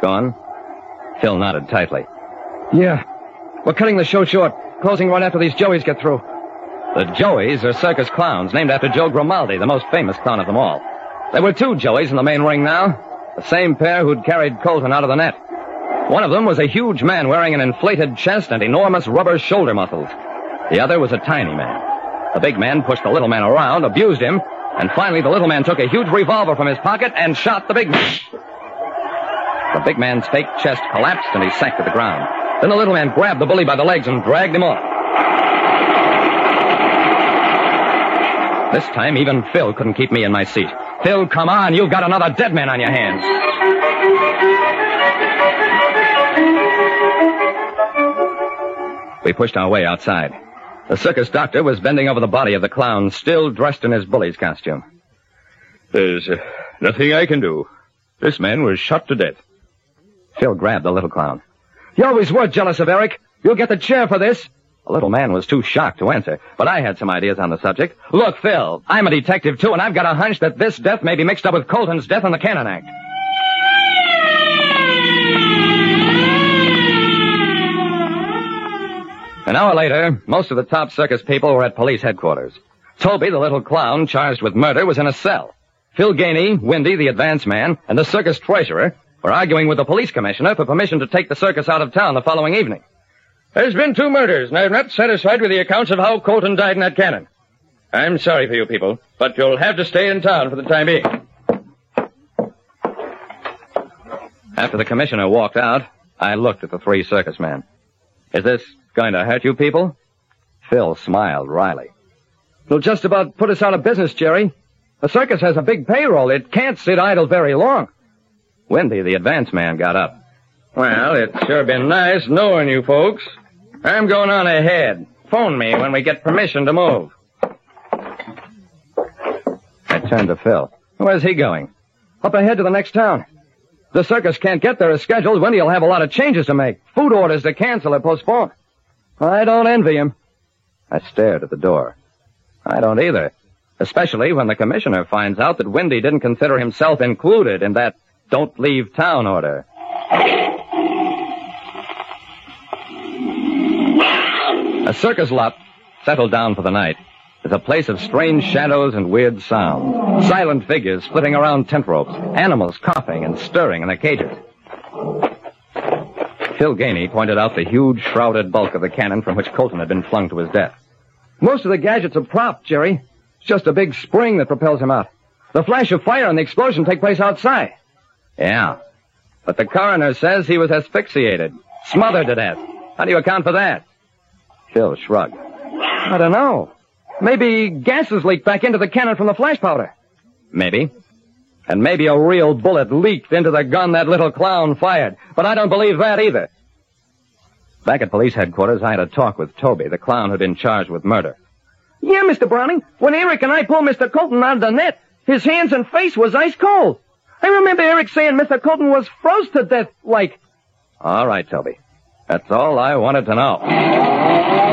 gone? Phil nodded tightly. Yeah. We're cutting the show short. Closing right after these Joeys get through. The Joeys are circus clowns named after Joe Grimaldi, the most famous clown of them all. There were two Joeys in the main ring now, the same pair who'd carried Colton out of the net. One of them was a huge man wearing an inflated chest and enormous rubber shoulder muscles. The other was a tiny man. The big man pushed the little man around, abused him, and finally the little man took a huge revolver from his pocket and shot the big man. The big man's fake chest collapsed and he sank to the ground. Then the little man grabbed the bully by the legs and dragged him off. This time, even Phil couldn't keep me in my seat. Phil, come on, you've got another dead man on your hands. We pushed our way outside. The circus doctor was bending over the body of the clown, still dressed in his bully's costume.
There's uh, nothing I can do. This man was shot to death.
Phil grabbed the little clown. You always were jealous of Eric. You'll get the chair for this. The little man was too shocked to answer, but I had some ideas on the subject. Look, Phil, I'm a detective too, and I've got a hunch that this death may be mixed up with Colton's death in the Cannon Act. An hour later, most of the top circus people were at police headquarters. Toby, the little clown charged with murder, was in a cell. Phil Gainey, Windy, the advance man, and the circus treasurer were arguing with the police commissioner for permission to take the circus out of town the following evening.
There's been two murders, and I'm not satisfied with the accounts of how Colton died in that cannon. I'm sorry for you people, but you'll have to stay in town for the time being.
After the commissioner walked out, I looked at the three circus men. Is this going to hurt you people? Phil smiled wryly.
It'll just about put us out of business, Jerry. The circus has a big payroll. It can't sit idle very long.
Wendy, the advance man, got up.
Well, it's sure been nice knowing you folks. I'm going on ahead. Phone me when we get permission to move.
I turned to Phil. Where's he going?
Up ahead to the next town. The circus can't get there as scheduled. Wendy will have a lot of changes to make. Food orders to cancel or postpone. I don't envy him.
I stared at the door. I don't either. Especially when the commissioner finds out that Wendy didn't consider himself included in that don't leave town order. A circus lot settled down for the night is a place of strange shadows and weird sounds. Silent figures flitting around tent ropes, animals coughing and stirring in their cages. Phil Gainey pointed out the huge shrouded bulk of the cannon from which Colton had been flung to his death.
Most of the gadgets are propped, Jerry. It's just a big spring that propels him out. The flash of fire and the explosion take place outside.
Yeah. But the coroner says he was asphyxiated, smothered to death. How do you account for that? Phil shrugged.
I don't know. Maybe gases leaked back into the cannon from the flash powder.
Maybe. And maybe a real bullet leaked into the gun that little clown fired. But I don't believe that either. Back at police headquarters, I had a talk with Toby, the clown who'd been charged with murder.
Yeah, Mr. Browning. When Eric and I pulled Mr. Colton out of the net, his hands and face was ice cold. I remember Eric saying Mr. Colton was froze to death, like.
All right, Toby. That's all I wanted to know.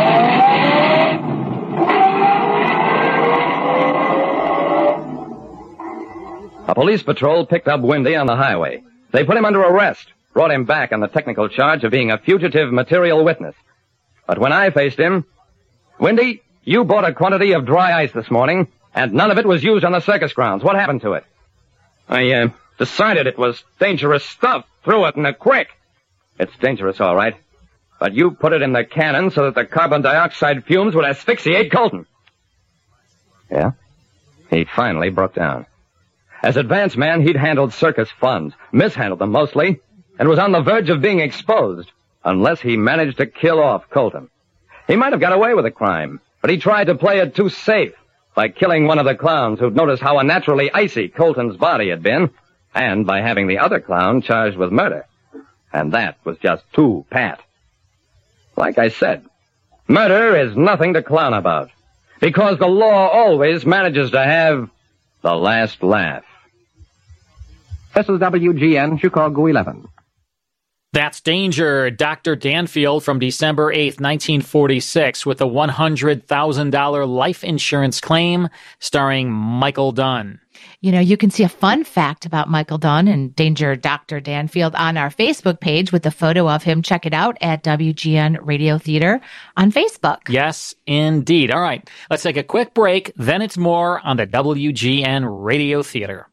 A police patrol picked up Windy on the highway. They put him under arrest, brought him back on the technical charge of being a fugitive material witness. But when I faced him, Windy, you bought a quantity of dry ice this morning, and none of it was used on the circus grounds. What happened to it?
I, uh, decided it was dangerous stuff. Threw it in a creek.
It's dangerous, all right. But you put it in the cannon so that the carbon dioxide fumes would asphyxiate Colton. Yeah? He finally broke down. As advance man, he'd handled circus funds, mishandled them mostly, and was on the verge of being exposed, unless he managed to kill off Colton. He might have got away with the crime, but he tried to play it too safe by killing one of the clowns who'd noticed how unnaturally icy Colton's body had been, and by having the other clown charged with murder. And that was just too pat. Like I said, murder is nothing to clown about, because the law always manages to have the last laugh.
This is WGN Chicago 11.
That's Danger, Dr. Danfield from December 8th, 1946, with a $100,000 life insurance claim starring Michael Dunn.
You know, you can see a fun fact about Michael Dunn and Danger Dr. Danfield on our Facebook page with a photo of him. Check it out at WGN Radio Theater on Facebook.
Yes, indeed. All right, let's take a quick break. Then it's more on the WGN Radio Theater.